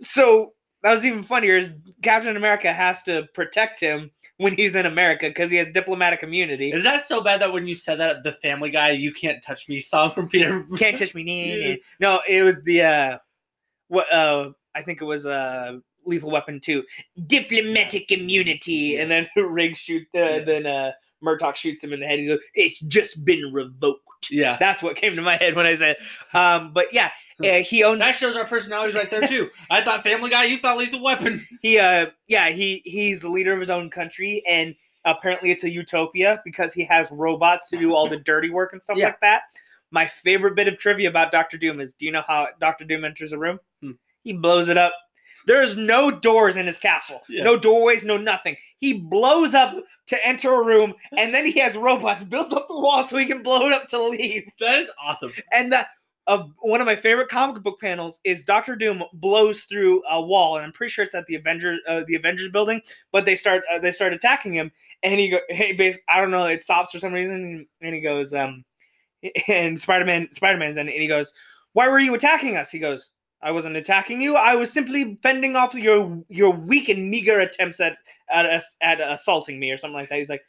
S1: so that was even funnier is captain america has to protect him when he's in america because he has diplomatic immunity
S3: Is that so bad that when you said that the Family Guy "You Can't Touch Me" song from Peter? (laughs)
S1: can't touch me nah, (laughs)
S3: Yeah.
S1: nah. no it was the uh what uh i think it was uh lethal weapon 2 diplomatic immunity and then (laughs) rig shoot uh,
S3: Yeah.
S1: then uh murdoch shoots him in the head and goes it's just been revoked
S3: yeah.
S1: that's what came to my head when i said um but yeah uh, he owns
S3: That shows our personalities right there too. I thought Family Guy, you thought Lethal Weapon. (laughs)
S1: he uh yeah he he's the leader of his own country and apparently it's a utopia because he has robots to do all the dirty work and stuff
S3: Yeah.
S1: like that my favorite bit of trivia about dr doom is do you know how dr doom enters a room
S3: Hmm.
S1: he blows it up there's no doors in his castle
S3: Yeah.
S1: no doorways no nothing he blows up to enter a room and then he has robots build up the wall so he can blow it up to leave
S3: That is awesome.
S1: and the uh, one of my favorite comic book panels is Doctor Doom blows through a wall, and I'm pretty sure it's at the Avengers uh, the Avengers building. But they start uh, they start attacking him, and he go hey, bas- I don't know, it stops for some reason, and he goes um, (laughs) and Spider Man Spider Man's in it, and he goes, why were you attacking us? He goes, I wasn't attacking you. I was simply fending off your your weak and meager attempts at at us at assaulting me or something like that. He's like,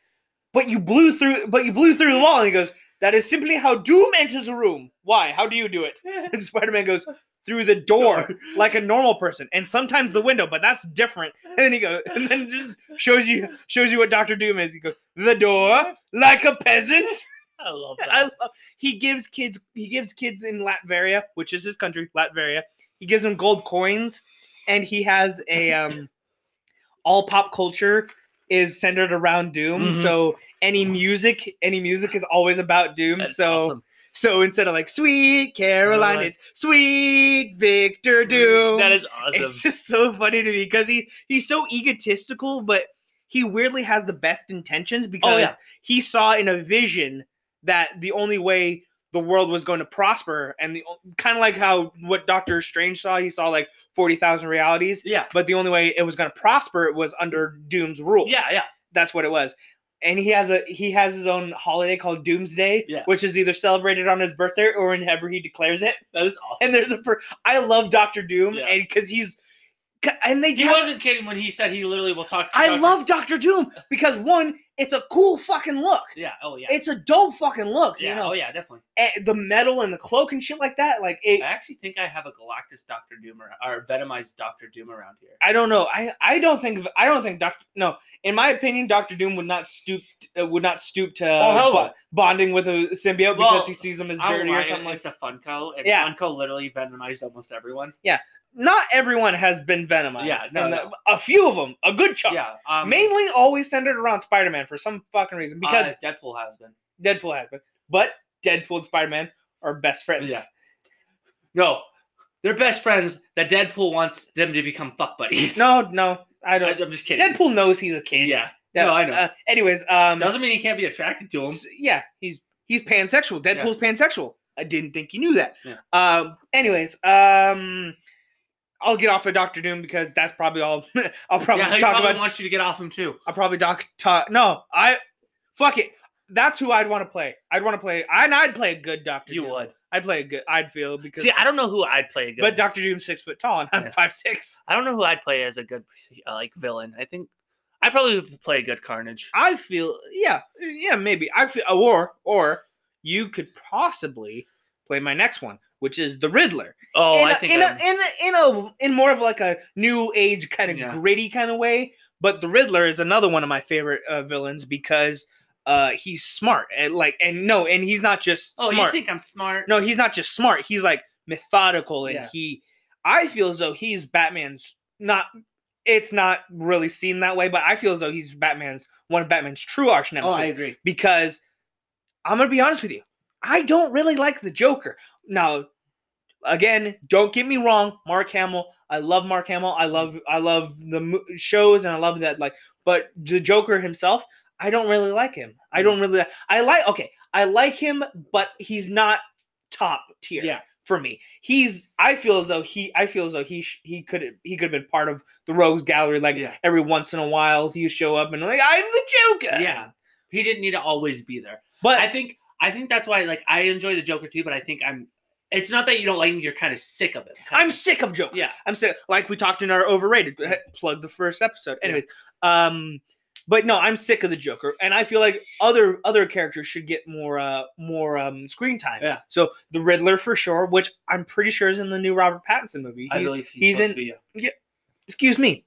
S1: but you blew through, but you blew through the wall. And he goes, that is simply how Doom enters a room. Why? How do you do it? (laughs) And Spider Man goes through the
S2: (laughs)
S1: door like a normal person, and sometimes the window, but that's different. (laughs) And then he goes, and then just shows you shows you what Doctor Doom is. He goes the door like a peasant. (laughs)
S3: I love
S1: I love, he gives kids he gives kids in Latveria, which is his country, Latveria. He gives them gold coins, and he has a um, (laughs) all pop culture is centered around Doom.
S3: Mhm.
S1: So any music, any music is always about Doom.
S3: That's
S1: so
S3: awesome.
S1: so instead of like Sweet Caroline,
S3: Caroline. Mm-hmm.
S1: it's Sweet Victor Doom.
S3: That is awesome.
S1: It's just so funny to me because he he's so egotistical, but he weirdly has the best intentions because
S3: Oh, yeah.
S1: he saw in a vision that the only way the world was going to prosper and the kind of like how what Doctor Strange saw, he saw like forty thousand realities,
S3: yeah.
S1: but the only way it was going to prosper was under Doom's rule.
S3: Yeah. Yeah.
S1: that's what it was. And he has a he has his own holiday called Doomsday,
S3: Yeah.
S1: which is either celebrated on his birthday or whenever he declares it (laughs)
S3: That is awesome.
S1: and there's a per- I love Doctor Doom
S3: Yeah.
S1: and because he's and they
S2: He
S1: have-
S2: wasn't kidding when he said he literally will talk. To
S1: I
S2: Doctor-
S1: love Doctor Doom because one, it's a cool fucking look.
S2: Yeah. Oh yeah.
S1: It's a dope fucking look,
S2: yeah.
S1: you know.
S2: Oh yeah. Definitely.
S1: And the metal and the cloak and shit like that. Like it,
S2: I actually think I have a Galactus Doctor Doom around, or Venomized Doctor Doom around here.
S1: I don't know. I I don't think I don't think Doctor. No, in my opinion, Doctor Doom would not stoop uh, would not stoop to
S2: Oh, hell
S1: bo-
S2: no.
S1: bonding with a symbiote
S4: Well,
S1: because he sees them as
S2: I don't
S1: dirty or
S2: lie,
S1: something like.
S2: it's a Funko, and
S1: Yeah.
S2: Funko literally venomized almost everyone.
S1: Not everyone has been venomized.
S2: Yeah, no,
S1: and the-
S2: no.
S1: a few of them, a good chunk.
S2: Yeah,
S1: Oh,
S2: um,
S1: Mainly always centered around Spider Man for some fucking reason because
S2: uh, Deadpool has been.
S1: Deadpool has been. But Deadpool and Spider Man are best friends.
S2: Yeah. No, they're best friends. That Deadpool wants them to become fuck buddies. (laughs)
S1: No, no, I
S2: I,
S1: don't.
S2: am just kidding.
S1: Deadpool knows he's a kid.
S2: Yeah, no, I know.
S1: Uh, anyways, um,
S2: doesn't mean he can't be attracted to him.
S1: s- yeah, he's he's pansexual.
S2: Yeah.
S1: Deadpool's pansexual. I didn't think you knew that.
S2: Yeah.
S1: Um, anyways, um, I'll get off of Doctor Doom because that's probably all (laughs) I'll probably
S2: yeah, he
S1: talk
S2: probably
S1: about.
S2: wants you to get off him too.
S1: I'll probably doc talk. No, I fuck it. That's who I'd want to play. I'd want to play. And I'd play a good Doctor.
S2: You
S1: Doom.
S2: would.
S1: I'd play a good. I'd feel because.
S4: See, I don't know who I'd play. A good,
S1: but Doctor Doom's six foot tall and I'm
S4: Yeah.
S1: five six.
S4: I don't know who I'd play as a good uh, like villain. I think I probably would play a good Carnage.
S1: I feel yeah, yeah, maybe. I feel uh, or or you could possibly play my next one, which is the Riddler.
S4: Oh,
S1: in
S4: I
S1: a-
S4: think
S1: in
S4: I'm-
S1: a, in a, in a in more of like a new age kind of
S2: Yeah.
S1: gritty kind of way. But the Riddler is another one of my favorite uh, villains because uh, he's smart and like and no, and he's not just
S2: Oh,
S1: smart.
S2: you think I'm smart?
S1: no, he's not just smart. He's like methodical and
S2: Yeah.
S1: he. I feel as though he's Batman's not. It's not really seen that way, but I feel as though he's Batman's one of Batman's true arch
S2: Oh,
S1: nemesis
S2: I agree.
S1: because I'm gonna be honest with you, I don't really like the Joker. Now, again, don't get me wrong, Mark Hamill. I love Mark Hamill. I love I love the mo- shows and I love that like. But the Joker himself, I don't really like him. I don't really. li- I like okay, I like him, but he's not top tier.
S2: Yeah.
S1: For me, he's. I feel as though he. I feel as though he. Sh- he could. He could have been part of the Rogues Gallery. Like
S2: Yeah.
S1: every once in a while, he show up and like I'm the Joker.
S2: Yeah, he didn't need to always be there.
S1: But
S2: I think I think that's why like I enjoy the Joker too, but I think I'm. It's not that you don't like him; you're kind of sick of it.
S1: I'm sick of Joker.
S2: Yeah.
S1: I'm saying like we talked in our overrated (laughs) plug the first episode.
S2: Yeah.
S1: Anyways, um but no, I'm sick of the Joker and I feel like other other characters should get more uh more um screen time.
S2: Yeah.
S1: So the Riddler for sure, which I'm pretty sure is in the new Robert Pattinson movie.
S2: I
S1: He-
S2: believe he's,
S1: he's
S2: supposed
S1: in-
S2: to be.
S1: excuse me.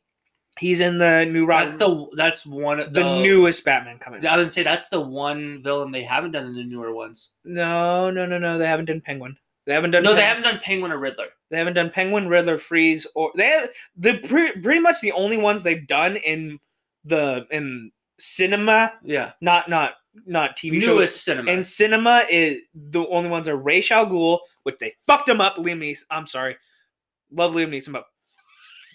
S1: He's in the new Robert
S2: That's the that's one of
S1: the newest Batman coming. out.
S2: I would say that's the one villain they haven't done in the newer ones.
S1: No, no, no, no. They haven't done Penguin. They haven't done
S2: no, they
S1: Penguin.
S2: haven't done Penguin or Riddler.
S1: They haven't done Penguin, Riddler, Freeze, or they have the pre- pretty much the only ones they've done in the in cinema,
S2: Yeah,
S1: not not not TV shows.
S2: newest cinema.
S1: And cinema is the only ones are Ray Al Ghul, which they fucked him up. Liam Neeson, I'm sorry, love Liam Neeson, but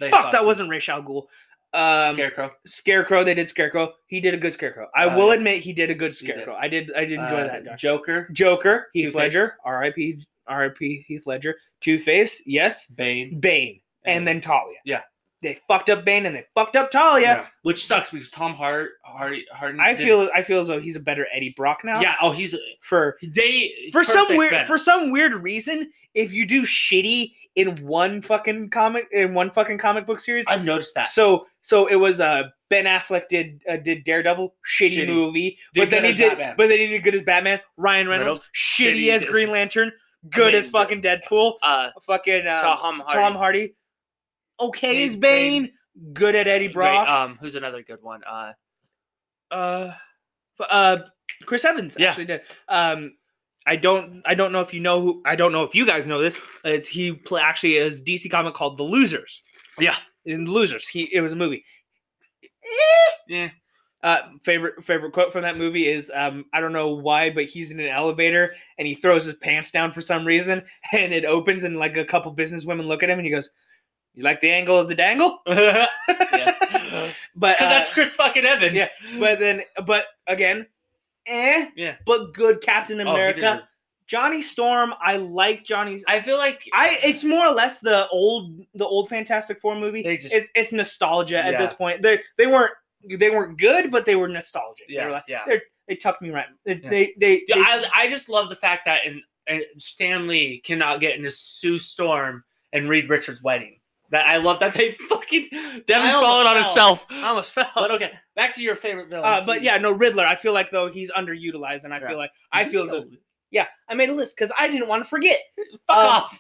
S2: They
S1: fuck
S2: fucked
S1: that
S2: him.
S1: wasn't Ray Al Ghul. Um,
S2: Scarecrow.
S1: Scarecrow, they did Scarecrow. He did a good Scarecrow. I
S2: Uh,
S1: will admit he did a good
S2: he did.
S1: Scarecrow. I did I did enjoy
S2: Uh,
S1: that. Josh.
S2: Joker,
S1: Joker, Heath
S2: Two-Face.
S1: Ledger, R.I.P. R.I.P. Heath Ledger, Two Face, yes,
S2: Bane,
S1: Bane and then Talia.
S2: Yeah.
S1: They fucked up Bane and they fucked up Talia.
S2: which sucks because Tom Hart, Hardy, Harden.
S1: I
S2: did-
S1: feel I feel as though he's a better Eddie Brock now.
S2: Yeah. Oh, he's
S1: For
S2: they
S1: for some
S2: perfect
S1: weird
S2: Venom.
S1: for some weird reason, if you do shitty in one fucking comic in one fucking comic book series,
S2: I've noticed that.
S1: so so it was uh Ben Affleck did uh, did Daredevil shitty,
S2: Shitty.
S1: movie,
S2: Did
S1: but then
S2: good
S1: he
S2: as
S1: did
S2: Batman.
S1: but then he did good as Batman. Ryan Reynolds,
S4: Reynolds,
S1: shitty,
S4: shitty
S1: as
S4: as-
S1: Green Lantern, good as
S4: Amazing.
S1: fucking Deadpool,
S4: uh,
S1: fucking uh,
S4: Tom Hardy.
S1: Tom Hardy, okay
S2: He's
S1: as Bane, good at Eddie
S4: Great,
S1: Brock.
S4: um, who's another good one?
S1: (laughs)
S4: Uh,
S1: uh, f- uh, Chris Evans
S4: Yeah.
S1: actually did. Um, I don't, I don't know if you know who, I don't know if you guys know this. It's he pla actually is DC comic called The Losers.
S4: Yeah.
S1: in The Losers, he it was a movie.
S4: Yeah.
S1: Uh, favorite favorite quote from that movie is um, I don't know why, but he's in an elevator and he throws his pants down for some reason, (laughs) and it opens and like a couple business women look at him and he goes, "You like the angle of the dangle?" (laughs)
S2: yes, (laughs)
S1: But
S2: because
S1: uh,
S2: that's Chris fucking Evans. Oh,
S1: yeah, but then, but again, eh.
S4: Yeah.
S1: But good Captain
S2: Oh, he did
S1: America. Johnny Storm, I like Johnny.
S2: I feel like
S1: I it's more or less the old the old Fantastic Four movie.
S2: They just-
S1: it's it's nostalgia at
S2: Yeah.
S1: this point. They they weren't they weren't good, but they were nostalgic. They were
S2: yeah,
S1: like-
S2: yeah.
S1: they tucked me right. They
S2: Yeah.
S1: they, they,
S2: Yeah,
S1: they-
S2: I, I just love the fact that and, and Stan Lee cannot get into Sue Storm and Reed Richards' wedding.
S3: That I love that
S2: (laughs)
S3: they fucking
S2: Devin
S3: I almost
S2: falling on
S3: fell.
S2: himself.
S3: I almost fell. But okay, back to your favorite villain.
S1: Uh, but yeah, no Riddler. I feel like though he's underutilized, and I
S2: Yeah.
S1: feel like I feel as though-
S3: Fuck
S1: yeah. I made a list because I didn't want to forget. Uh,
S3: off.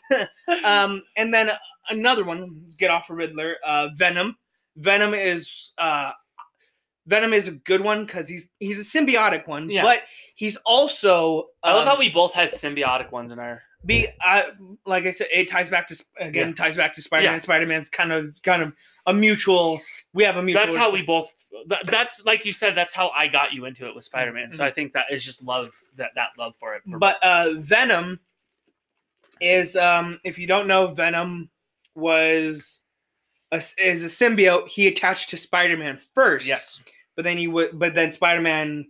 S1: Um, and then another one. Let's get off of Riddler. Uh, Venom. Venom is uh, Venom is a good one because he's he's a symbiotic one,
S3: Yeah.
S1: but he's also.
S2: I love
S1: um,
S2: how we both had symbiotic ones in our.
S1: be I, like I said, it ties back to Sp- again ties back to Spider Man. Spider Man's kind of kind of a mutual. We have a mutual.
S2: That's how we both. That, that's like you said. That's how I got you into it with Spider Man. So I think that is just love. That that love for it. For
S1: But uh, Venom is um, if you don't know, Venom was a, is a symbiote. He attached to Spider Man first.
S2: yes,
S1: But then he would. But then Spider Man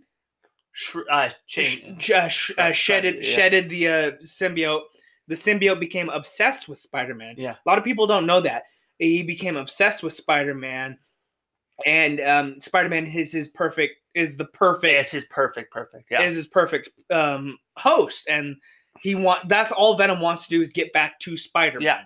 S2: Sh- uh,
S1: sh-
S2: change.
S1: uh, sh- uh,
S2: Right,
S1: shedded
S2: yeah.
S1: shedded the uh, symbiote. The symbiote became obsessed with Spider Man.
S2: Yeah.
S1: a lot of people don't know that he became obsessed with Spider Man, and um, Spider Man is his perfect is the perfect
S2: Yes, his perfect, perfect. Yeah,
S1: is his perfect um, host, and he want that's all Venom wants to do is get back to Spider Man.
S2: Yeah.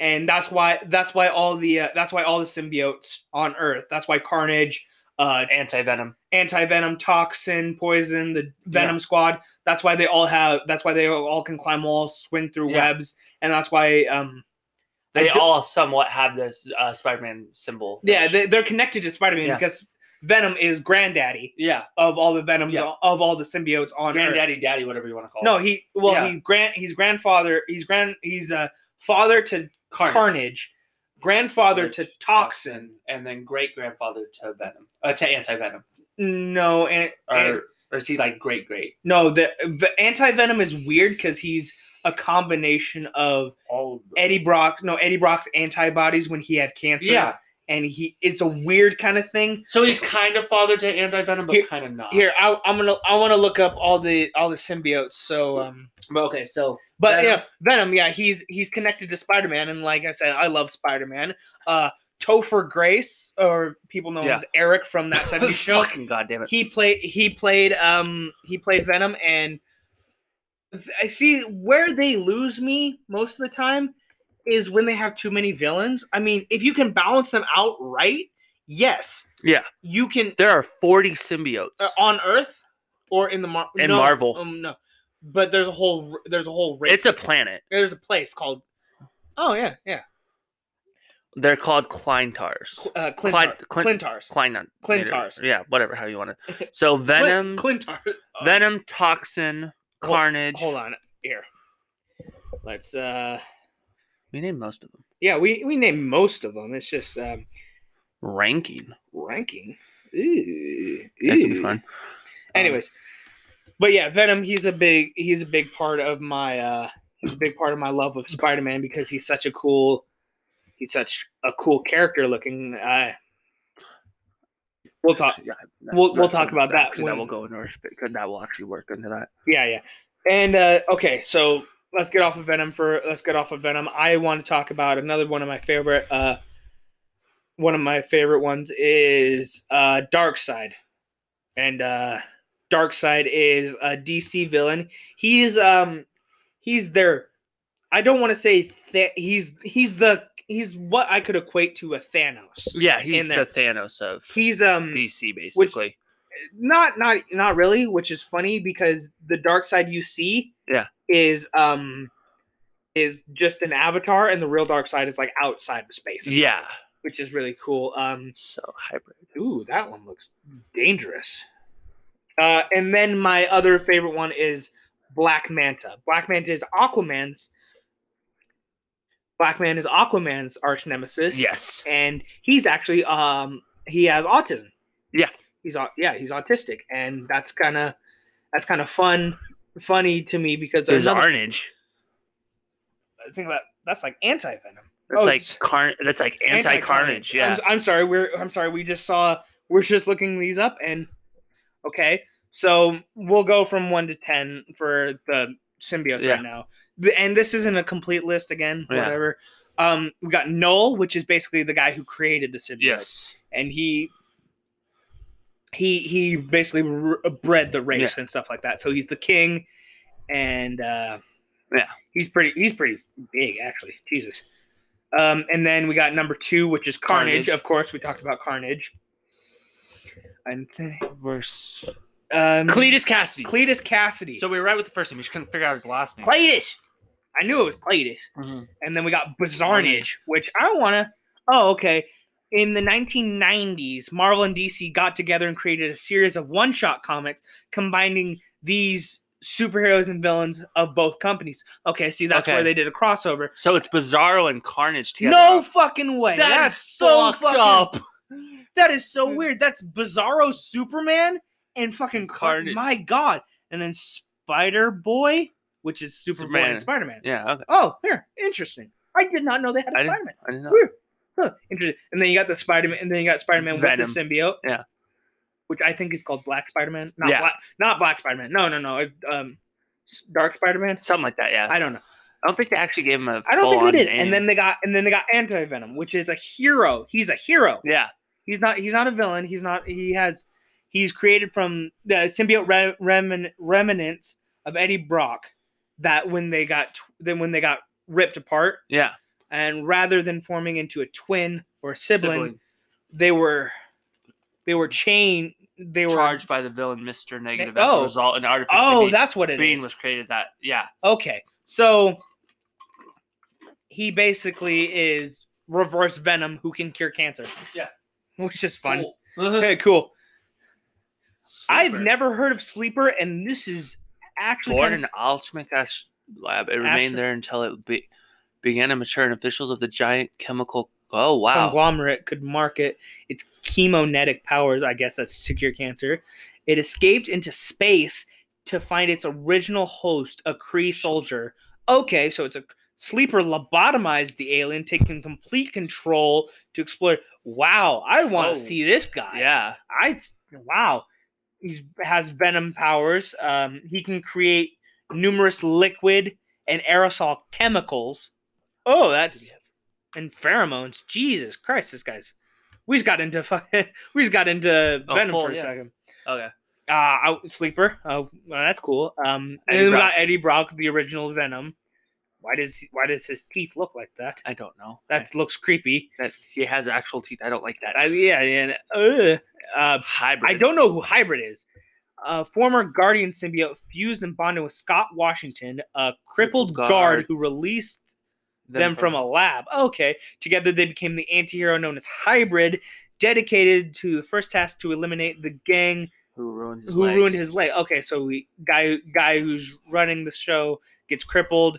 S1: and that's why that's why all the uh, that's why all the symbiotes on Earth. That's why Carnage. Uh,
S2: anti venom.
S1: anti venom, toxin, poison, the venom squad. That's why they all have. That's why they all can climb walls, swing through
S2: Yeah.
S1: webs, and that's why. Um, I
S2: They
S1: do-
S2: all somewhat have this uh, Spider Man symbol.
S1: yeah, they, they're connected to Spider Man
S2: Yeah.
S1: because Venom is granddaddy
S2: yeah.
S1: of all the venoms
S2: Yeah.
S1: of all the symbiotes on Earth.
S2: Granddaddy, daddy, whatever you want to call.
S1: No,
S2: it.
S1: he well
S2: Yeah.
S1: he grand he's grandfather he's grand he's a father to Carnage, grandfather to Toxin.
S2: and then great grandfather to venom, uh, to anti venom,
S1: No, and,
S2: or,
S1: and
S2: or is he like great great?
S1: no the, the anti venom is weird because he's a combination of
S2: All of them.
S1: Eddie Brock, no Eddie Brock's antibodies when he had cancer.
S2: Yeah.
S1: and he it's a weird kind of thing.
S2: So he's kind of father to anti venom, but
S1: Here-
S2: kind of not.
S1: Here, I, I'm gonna I want to look up all the all the symbiotes. So, um,
S2: But okay, so
S1: but
S2: Venom.
S1: yeah, Venom. Yeah, he's he's connected to Spider Man, and like I said, I love Spider Man. Uh, Topher Grace, or people know him
S2: Yeah.
S1: as Eric from that (laughs) 70s show.
S2: fucking goddamn it.
S1: He played he played um he played Venom, and th- I see where they lose me most of the time is when they have too many villains. I mean, if you can balance them out right, yes,
S2: Yeah.
S1: you can
S2: There are 40 symbiotes.
S1: uh, on Earth or in the Mar-
S2: In
S1: no,
S2: Marvel.
S1: Um, no, but there's a whole r- there's a whole race.
S2: it's a planet.
S1: there's a place called. Oh yeah, yeah.
S2: They're called Kleintars.
S1: Cl- Uh,
S2: Clin-
S1: Clintar-
S2: Clin-
S1: Clintars.
S2: Kleinon.
S1: Clintars.
S2: Yeah, whatever, how you (laughs) want it. So
S1: Clin-
S2: Venom,
S1: Clintar. Oh,
S2: Venom, Toxin,
S1: Hold-
S2: Carnage.
S1: Hold on here. Let's uh.
S2: We named most of them.
S1: Yeah, we we named most of them. It's just um,
S2: Ranking.
S1: ranking. Ooh,
S2: That could be
S1: ooh.
S2: fun. Um,
S1: Anyways, but yeah, Venom. He's a big he's a big part of my uh he's a big part of my love of Spider Man because he's such a cool he's such a cool character looking. Uh, we'll talk.
S2: Actually, yeah, that-
S1: we'll- we'll
S2: that's
S1: talk
S2: what-
S1: about that
S2: actually,
S1: when-
S2: That will go into our sp- that will actually work into that.
S1: Yeah, yeah. And uh, okay, so let's get off of Venom for let's get off of Venom. I want to talk about another one of my favorite. Uh, one of my favorite ones is uh, Dark Side, and uh, Dark Side is a DC villain. He's um, he's their. I don't want to say th- he's he's the he's what I could equate to a Thanos.
S2: Yeah, he's
S1: In
S2: the
S1: there.
S2: Thanos of
S1: He's um
S2: DC basically.
S1: not not not really which is funny because the dark side you see
S2: Yeah.
S1: is um is just an avatar and the real dark side is like outside of space
S2: yeah.
S1: which is really cool um
S2: So hybrid.
S1: ooh that one looks dangerous uh and then my other favorite one is black manta black manta is aquaman's black man is aquaman's arch nemesis
S2: Yes.
S1: and he's actually um he has autism.
S2: Yeah.
S1: he's au- yeah he's autistic, and that's kind of that's kind of fun, funny to me because
S2: There's
S1: another
S2: Arnage.
S1: thing about that's like anti venom.
S2: That's like carn. That's like anti carnage. Yeah.
S1: I'm, I'm sorry. We're I'm sorry. We just saw. We're just looking these up, and okay, so we'll go from one to ten for the symbiotes
S2: Yeah.
S1: right now. The- And this isn't a complete list again.
S2: Yeah.
S1: Whatever. Um, we got Null, which is basically the guy who created the symbiote.
S2: Yes.
S1: and he he he basically r- bred the race and stuff like that. So he's the king, and uh,
S2: Yeah.
S1: he's pretty he's pretty big actually. Jesus, Um, and then we got number two, which is Carnage.
S2: Carnage.
S1: Of course, we talked about Carnage. And then,
S2: Worse.
S1: um,
S2: Cletus Cassidy.
S1: Cletus Cassidy.
S2: So we were right with the first name. We just couldn't figure out his last name.
S1: Cletus. I knew it was Cletus.
S2: Mhm.
S1: And then we got Bizarnage, which I want to. Oh, okay. In the 1990s, Marvel and DC got together and created a series of one shot comics combining these superheroes and villains of both companies. Okay, see, that's where
S2: Okay.
S1: they did a crossover.
S2: So it's Bizarro and Carnage together.
S1: No fucking way.
S2: That
S1: that's
S2: is
S1: so
S2: fucked
S1: fucking.
S2: up. Hmm.
S1: That is so weird. That's Bizarro Superman and fucking Car-
S2: Carnage.
S1: My God. And then Spider Boy, which is Superboy
S2: Superman.
S1: and Spider Man.
S2: Yeah. Okay.
S1: Oh, here, interesting. I did not know they had a
S2: I didn't-
S1: Spider Man.
S2: I didn't know.
S1: Weird. Huh, interesting. And then you got the Spider Man, and then you got Spider Man with the
S2: Venom.
S1: symbiote.
S2: Yeah.
S1: Which I think is called Black Spider Man. Not
S2: Yeah.
S1: Black, not Black Spider Man. No, no, no. It, um, s- Dark Spider Man.
S2: Something like that. Yeah. I,
S1: I don't know.
S2: don't think they actually gave him a.
S1: I don't think
S2: full-on
S1: they did.
S2: name.
S1: And then they got, and then they got Anti Venom, which is a hero. He's a hero.
S2: Yeah.
S1: He's not. He's not a villain. He's not. He has. He's created from the symbiote re- remin- remnants of Eddie Brock. That when they got tw- then when they got ripped apart,
S2: Yeah.
S1: and rather than forming into a twin or a sibling, they were they were chained. They were
S2: Charged by the villain Mr. Negative as
S1: Oh.
S2: a result, an artificial
S1: Oh,
S2: be-
S1: that's what it is.
S2: being was created that. Yeah.
S1: Okay, so he basically is reverse Venom who can cure cancer.
S3: Yeah.
S1: which is fun.
S3: Cool.
S1: Okay, cool. I've
S3: Sleeper.
S1: never heard of Sleeper, and this is actually
S2: Born
S1: kind
S2: in Alchemist lab, it
S1: Astro-
S2: remained there until it be- began to mature, and officials of the giant chemical. Oh
S1: of
S2: wow!
S1: conglomerate could market its chemonetic powers. I guess that's to cure cancer. It escaped into space to find its original host, a Kree soldier. Okay, so it's a sleeper lobotomized the alien, taking complete control to explore. Wow, I want to
S2: Oh,
S1: see this guy.
S2: Yeah,
S1: I wow. He's has venom powers. Um, he can create numerous liquid and aerosol chemicals. Oh, that's and pheromones. Jesus Christ, this guy's. We just got into (laughs) fucking. We just got into
S2: Oh,
S1: venom
S2: full,
S1: for a
S2: yeah.
S1: second.
S2: okay.
S1: Uh, out sleeper. Oh, well, that's cool. Um, and
S2: Eddie
S1: then we
S2: Brock.
S1: got Eddie Brock, the original Venom. Why does he- why does his teeth look like that?
S2: I don't know.
S1: That looks creepy.
S2: I- that he has actual teeth. I don't like Eh. that.
S1: I, yeah, yeah. Ugh. Uh,
S2: Hybrid.
S1: I don't know who Hybrid is. A former Guardian symbiote fused and bonded with Scott Washington, a crippled
S2: Crippled
S1: guard,
S2: guard.
S1: who released them from, a lab. Okay. Together they became the antihero known as Hybrid, dedicated to the first task to eliminate the gang
S2: who ruined his
S1: who ruined
S2: legs.
S1: his leg. Okay, so we guy guy who's running the show gets crippled.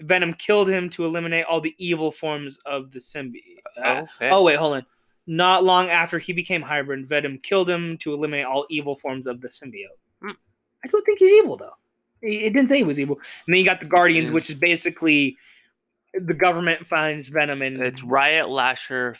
S1: Venom killed him to eliminate all the evil forms of the symbiote.
S2: Okay.
S1: Oh wait, hold on. Not long after he became hybrid, Venom killed him to eliminate all evil forms of the symbiote.
S2: Hmm.
S1: I don't think he's evil though. It it didn't say he was evil. And then you got the Guardians,
S2: Yeah.
S1: which is basically the government finds Venom and
S2: it's Riot Lasher.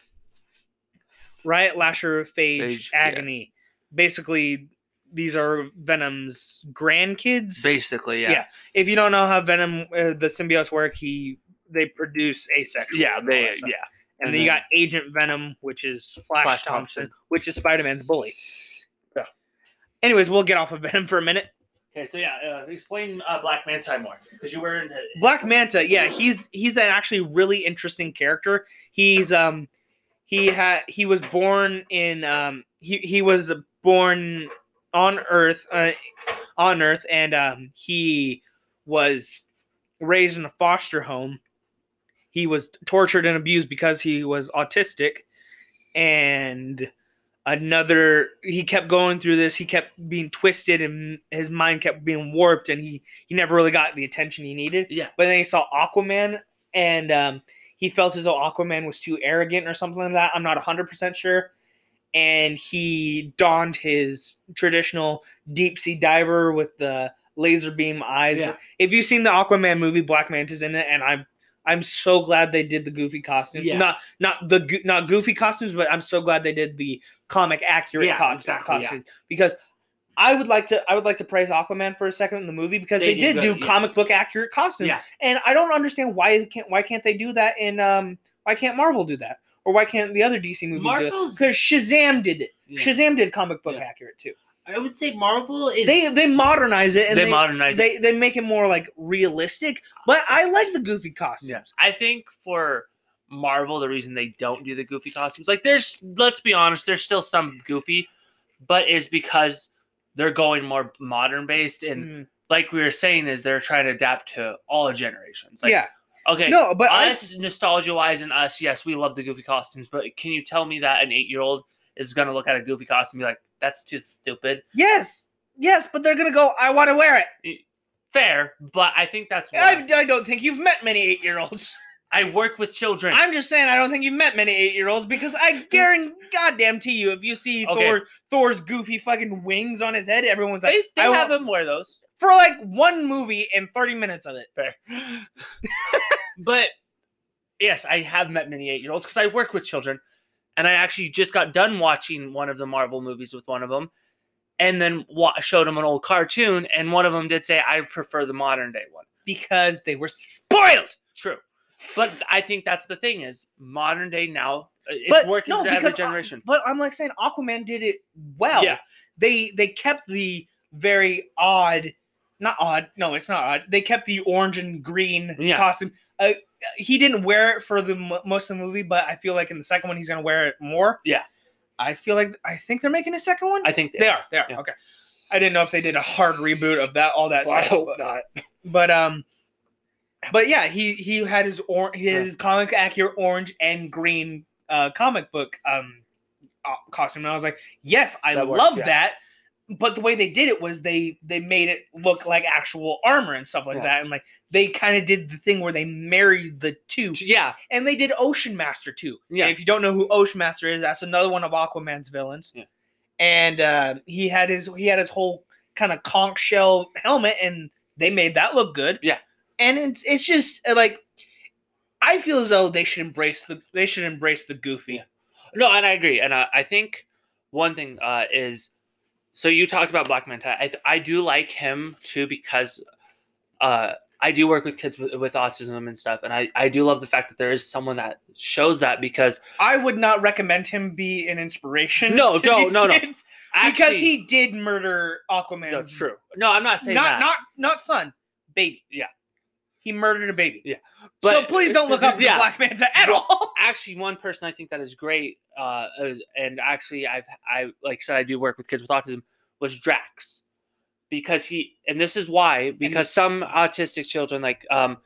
S1: Riot Lasher Phage,
S2: Phage, yeah.
S1: Agony. Basically, these are Venom's grandkids.
S2: Basically, yeah.
S1: Yeah. if you don't know how Venom, uh, the symbiotes work, he they produce asexual.
S2: Yeah,
S1: and all
S2: they,
S1: that stuff.
S2: yeah.
S1: And,
S2: And
S1: then you
S2: then-
S1: got Agent Venom, which is Flash,
S2: Flash
S1: Thompson,
S2: Thompson.
S1: which is Spider Man's bully. So, anyways, we'll get off of Venom for a minute.
S3: Okay, so yeah, uh, explain uh, Black Manta more because you were in the
S1: Black Manta, yeah, he's he's an actually really interesting character. He's um he had he was born in um he he was born on Earth uh, on Earth and um he was raised in a foster home. He was tortured and abused because he was autistic and another he kept going through this he kept being twisted and his mind kept being warped and he he never really got the attention he needed
S3: Yeah.
S1: but then he saw aquaman and um he felt as though aquaman was too arrogant or something like that i'm not 100% sure and he donned his traditional deep sea diver with the laser beam eyes
S3: Yeah.
S1: if you've seen the aquaman movie black manta's in it and i'm i'm so glad they did the goofy costume
S3: Yeah.
S1: not not the goo- not goofy costumes, but I'm so glad they did the comic accurate
S3: Yeah,
S1: co-
S3: exactly, yeah.
S1: costumes because I would like to I would like to praise Aquaman for a second in the movie because they,
S3: They
S1: did,
S3: did
S1: do
S3: good, yeah.
S1: comic book accurate costumes,
S3: Yeah.
S1: and I don't understand why they can't why can't they do that in um why can't Marvel do that or why can't the other DC movies do it
S3: Marvel's.
S1: because Shazam did it.
S3: yeah.
S1: Shazam did comic book
S3: Yeah.
S1: accurate too.
S3: I would say Marvel is.
S1: They they modernize it and
S2: they,
S1: they
S2: modernized it.
S1: they, they make it more like realistic, but I like the goofy costumes.
S2: I think for Marvel the reason they don't do the goofy costumes. Like there's let's be honest, there's still some goofy, but it's because they're going more modern based and
S1: Mm.
S2: like we were saying is they're trying to adapt to all generations. Like
S1: yeah.
S2: okay,
S1: no, but I,
S2: us nostalgia wise and us, yes, we love the goofy costumes, but can you tell me that an eight year old is gonna look at a goofy costume and be like, that's too stupid?
S1: yes, yes, but they're gonna go. I want to wear it.
S2: Fair, but I think that's why
S1: I've, I don't think you've met many eight-year-olds.
S2: I work with children.
S1: I'm just saying I don't think you've met many eight-year-olds because I guarantee, goddamn to you, if you see
S2: Mm. Okay.
S1: Thor, Thor's goofy fucking wings on his head, everyone's like,
S2: they they
S1: I
S2: have
S1: want-
S2: them wear those.
S1: for like one movie and 30 minutes of it.
S2: Fair. but yes, I have met many eight year olds because I work with children. And I actually just got done watching one of the Marvel movies with one of them. And then wa- showed them an old cartoon. And one of them did say, I prefer the modern day one.
S1: because they were spoiled.
S2: True. But I think that's the thing is modern day now, uh, it's
S1: But
S2: working
S1: no,
S2: for every
S1: because I-
S2: generation.
S1: But I'm like saying Aquaman did it well.
S2: Yeah.
S1: They they kept the very odd, not odd. No, it's not odd. They kept the orange and green
S2: Yeah.
S1: costume. Uh, he didn't wear it for the mo- most of the movie, but I feel like in the second one he's gonna wear it more.
S2: Yeah.
S1: I feel like I think they're making a second one.
S2: I think
S1: they are. They are.
S2: Yeah.
S1: Okay. I didn't know if they did a hard reboot of that all that
S2: Well, I
S1: stuff,
S2: hope
S1: but-
S2: not.
S1: But um, but yeah, he he had his or his comic accurate orange and green uh comic book um uh, costume, and I was like, yes, I
S2: That worked,
S1: love
S2: yeah.
S1: that. But the way they did it was they they made it look like actual armor and stuff like
S2: Yeah.
S1: that, and like they kind of did the thing where they married the two,
S2: Yeah.
S1: and they did Ocean Master too.
S2: Yeah.
S1: And if you don't know who Ocean Master is, that's another one of Aquaman's villains.
S2: Yeah.
S1: And uh, he had his he had his whole kind of conch shell helmet, and they made that look good.
S2: Yeah.
S1: And it's it's just uh, like I feel as though they should embrace the they should embrace the goofy.
S2: Yeah. No, and I agree. And uh, I think one thing uh, is so you talked about Black Manta. I, th- I do like him too because uh, I do work with kids with, with autism and stuff. And I, I do love the fact that there is someone that shows that because
S1: I would not recommend him be an inspiration.
S2: No,
S1: to
S2: no,
S1: these
S2: no, no.
S1: kids because
S2: actually,
S1: he did murder Aquaman.
S2: That's true. No, I'm not saying
S1: Not
S2: that.
S1: not not son, baby.
S2: Yeah.
S1: He murdered a baby.
S2: Yeah.
S1: so please don't look up the
S2: Yeah.
S1: Black Manta at all.
S2: actually one person I think that is great, uh, is, and actually I've I like I said I do work with kids with autism was Drax, because he and this is why because some autistic children like um,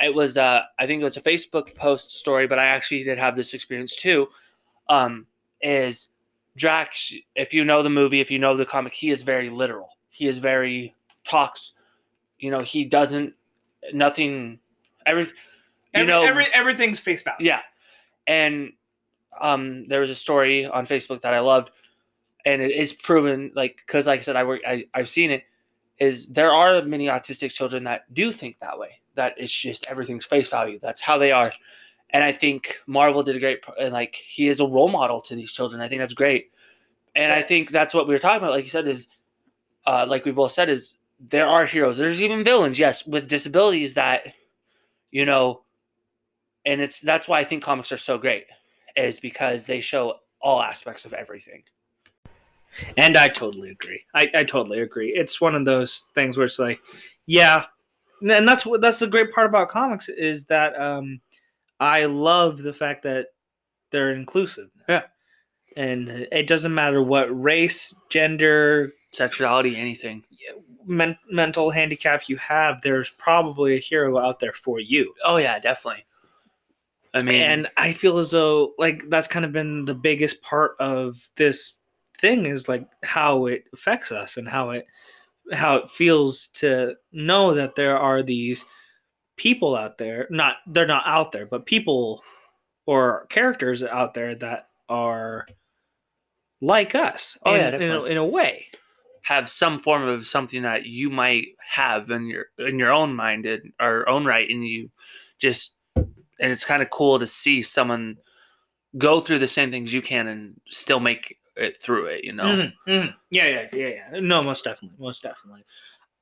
S2: it was uh I think it was a Facebook post story, but I actually did have this experience too, um, is Drax. If you know the movie, if you know the comic, he is very literal. He is very talks. You know, he doesn't nothing. Everything. You
S1: Every-
S2: know,
S1: every- everything's face value.
S2: yeah. And um, there was a story on Facebook that I loved, and it is proven like because like I said, I work, I, I've seen it. Is there are many autistic children that do think that way. That it's just everything's face value. That's how they are. And I think Marvel did a great, pro- and like he is a role model to these children. I think that's great. And I think that's what we were talking about. Like you said, is uh, like we both said is there are heroes. There's even villains, yes, with disabilities that you know and it's that's why I think comics are so great, is because they show all aspects of everything.
S1: And I totally agree. I, I totally agree. It's one of those things where it's like, yeah, N- and that's what that's the great part about comics is that um, I love the fact that they're inclusive.
S2: Yeah.
S1: and it doesn't matter what race, gender,
S2: Sexuality, anything.
S1: men- mental handicap you have. There's probably a hero out there for you.
S2: Oh yeah, definitely. I mean,
S1: and i feel as though like that's kind of been the biggest part of this thing is like how it affects us and how it how it feels to know that there are these people out there not they're not out there but people or characters out there that are like us
S2: Oh,
S1: in,
S2: yeah,
S1: in, a,
S2: definitely.
S1: in a way
S2: have some form of something that you might have in your in your own mind and or own right, and you just and it's kind of cool to see someone go through the same things you can and still make it through it. You know.
S1: Mhm, mhm. Yeah, yeah, yeah, yeah. No, most definitely, most definitely.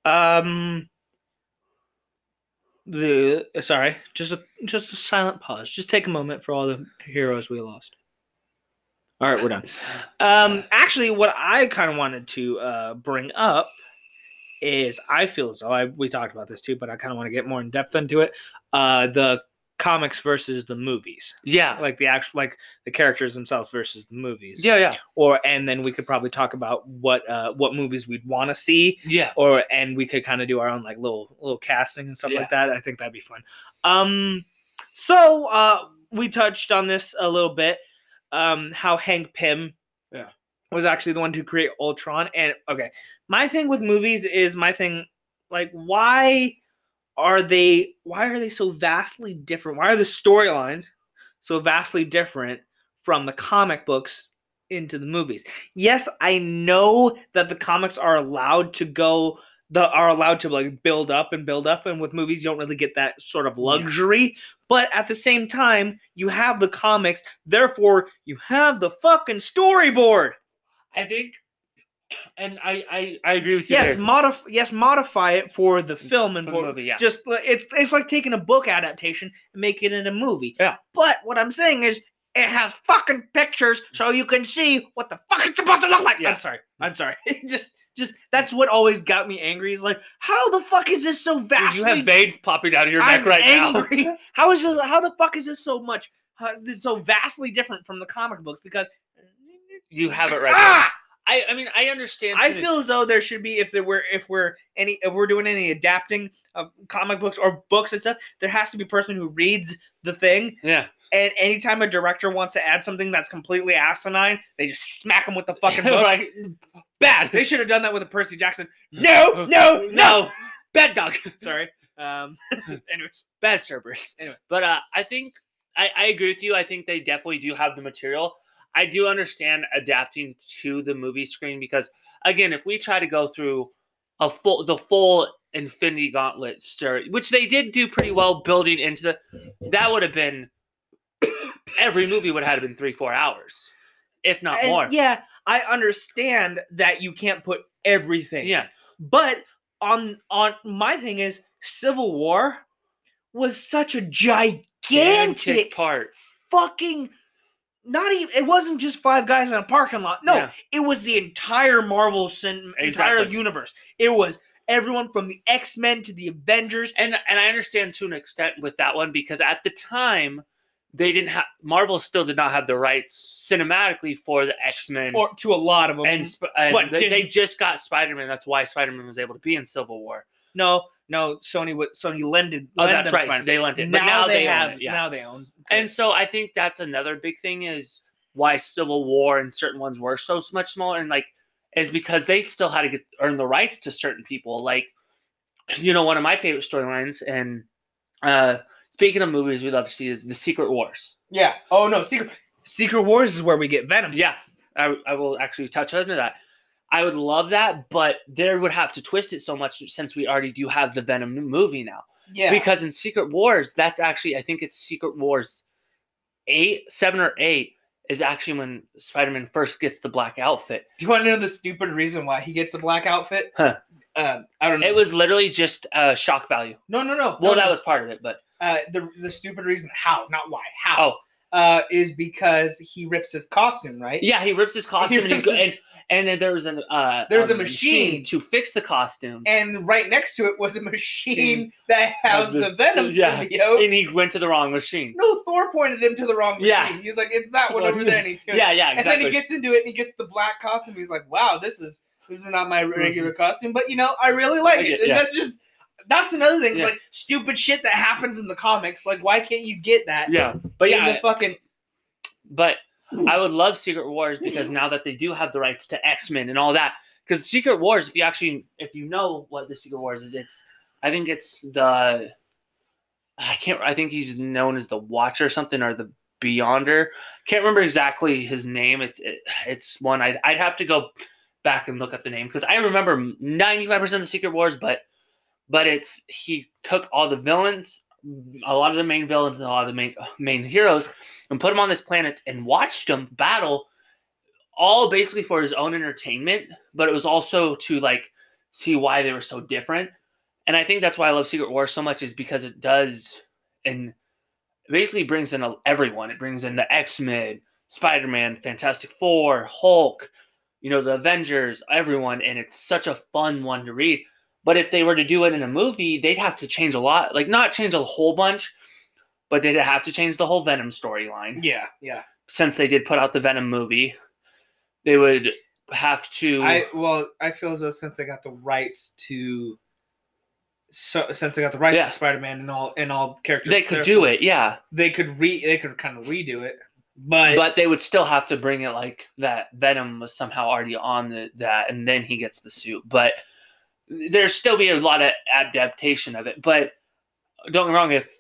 S1: Um, the sorry, just a just a silent pause. Just take a moment for all the heroes we lost. All right, we're done.
S2: Mm-hmm.
S1: Um, actually, what I kind of wanted to uh, bring up is I feel as though I we talked about this too, but I kind of want to get more in depth into it. Uh, the comics versus the movies,
S2: Yeah.
S1: like the actual like the characters themselves versus the movies.
S2: Yeah, yeah.
S1: Or and then we could probably talk about what uh what movies we'd want to see,
S2: Yeah.
S1: or and we could kind of do our own like little little casting and stuff like that. I think that'd be fun. Um, so uh, we touched on this a little bit. Um, how Hank Pym,
S3: Yeah.
S1: was actually the one to create Ultron. And okay, my thing with movies is my thing. Like, why are they? Why are they so vastly different? Why are the storylines so vastly different from the comic books? into the movies. Yes, I know that the comics are allowed to go that are allowed to like build up and build up and with movies you don't really get that sort of luxury but at the same time you have the comics therefore you have the fucking storyboard
S3: I think, and I I, I agree with you.
S1: yes
S3: there.
S1: modif- yes modify it for the film and
S3: For the
S1: for,
S3: movie, yeah.
S1: just li- it's it's like taking a book adaptation and making it a movie
S2: Yeah.
S1: but what i'm saying is it has fucking pictures so you can see what the fuck it's supposed to look like
S3: Yeah.
S1: i'm sorry i'm sorry (laughs) just just that's what always got me angry is like how the fuck is this so
S2: Dude,
S1: vastly
S2: you have veins popping out of your
S1: I'm
S2: neck right now.
S1: angry. (laughs) How is this? How the fuck is this so much? How, this is so vastly different from the comic books because
S2: You have it right now.
S1: ah,
S2: I, I mean, I understand.
S1: I
S2: too.
S1: feel as though there should be if there were if we're any if we're doing any adapting of comic books or books and stuff, there has to be a person who reads the thing.
S2: (laughs) Yeah.
S1: And anytime a director wants to add something that's completely asinine, they just smack them with the (laughs) fucking book.
S2: (laughs) like, bad.
S1: They should have done that with a Percy Jackson. No, no, no.
S2: Bad dog.
S1: (laughs) Sorry. (laughs) Um. anyways, bad Cerberus. Anyway.
S2: But uh, I think I, I agree with you. I think they definitely do have the material. I do understand adapting to the movie screen because again, if we try to go through a full the full Infinity Gauntlet story, which they did do pretty well building into the, that would have been (coughs) every movie would have been three four hours, if not
S1: And
S2: more.
S1: Yeah, I understand that you can't put everything.
S2: yeah,
S1: But on on my thing is Civil War was such a gigantic
S2: part.
S1: fucking not even it wasn't just five guys in a parking lot. No,
S2: Yeah.
S1: it was the entire Marvel cin- entire
S2: Exactly.
S1: universe. It was everyone from the X-Men to the Avengers.
S2: and and I understand to an extent with that one because at the time they didn't have Marvel still did not have the rights cinematically for the X Men
S1: Or to a lot of them.
S2: and, Sp- and
S1: but
S2: they, they
S1: didn't-
S2: just got Spider Man. That's why Spider Man was able to be in Civil War.
S1: no, no, Sony would Sony lended.
S2: Oh,
S1: lend
S2: that's
S1: them
S2: right.
S1: Spider-Man.
S2: They lent it,
S1: Now,
S2: but now
S1: they,
S2: they, own
S1: have.
S2: it, yeah.
S1: Now they own.
S2: and so I think that's another big thing is why Civil War and certain ones were so much smaller and like is because they still had to get earn the rights to certain people. Like you know, one of my favorite storylines and uh speaking of movies we love to see is the Secret Wars.
S1: Yeah. Oh no, Secret Secret Wars is where we get Venom.
S2: Yeah, I, I will actually touch on that. I would love that, but they would have to twist it so much since we already do have the Venom movie now.
S1: Yeah.
S2: Because in Secret Wars, that's actually I think it's Secret Wars eight, seven or eight is actually when Spider-Man first gets the black outfit.
S1: Do you want to know the stupid reason why he gets the black outfit?
S2: Huh.
S1: Um, I don't know.
S2: It was literally just uh, shock value.
S1: no, no, no.
S2: Well,
S1: no,
S2: that
S1: no.
S2: was part of it, but
S1: uh, the the stupid reason how, not why, how. Uh, is because he rips his costume, right?
S2: Oh. yeah, he rips his
S1: (laughs)
S2: costume and, he
S1: rips
S2: go-
S1: his-
S2: and and then there was an uh,
S1: There's a
S2: um,
S1: machine.
S2: to fix the costumes.
S1: And right next to it was a machine
S2: Machine.
S1: that housed
S2: Mm. Of
S1: the,
S2: the-
S1: Venom
S2: yeah.
S1: symbiote.
S2: and he went to the wrong machine.
S1: no, Thor pointed him to the wrong machine.
S2: Yeah.
S1: He's like, it's that one
S2: Well,
S1: over there. And, he
S2: Yeah, yeah,
S1: and
S2: exactly.
S1: then he gets into it and he gets the black costume. He's like, wow, this is this is not my regular costume, but you know, I really like
S2: Mm-hmm. I
S1: it.
S2: get-
S1: And
S2: yeah.
S1: that's just that's another thing. It's
S2: Yeah.
S1: like stupid shit that happens in the comics. Like, why can't you get that?
S2: yeah, but
S1: in
S2: yeah,
S1: the fucking
S2: But I would love Secret Wars because now that they do have the rights to X Men and all that, because Secret Wars, if you actually, if you know what the Secret Wars is, it's, I think it's the, I can't, I think he's known as the Watcher or something or the Beyonder. Can't remember exactly his name. It's it, it's one I'd I'd have to go back and look up the name because I remember ninety five percent of the Secret Wars, but but it's he took all the villains, a lot of the main villains and a lot of the main main heroes and put him on this planet and watched him battle all basically for his own entertainment but it was also to like see why they were so different and i think that's why i love secret war so much is because it does and basically brings in everyone it brings in the x-men spider-man fantastic four hulk you know the avengers everyone and it's such a fun one to read but if they were to do it in a movie they'd have to change a lot like not change a whole bunch but they'd have to change the whole Venom storyline
S1: Yeah, yeah.
S2: since they did put out the Venom movie. They would have to.
S1: I well, I feel as though since they got the rights to, so since they got the rights
S2: Yeah.
S1: to Spider-Man and all and all characters,
S2: they could do it, yeah,
S1: They could re, they could kind of redo it, but,
S2: but they would still have to bring it like that. Venom was somehow already on the, that, and then he gets the suit. But there'd still be a lot of adaptation of it. But don't get me wrong, if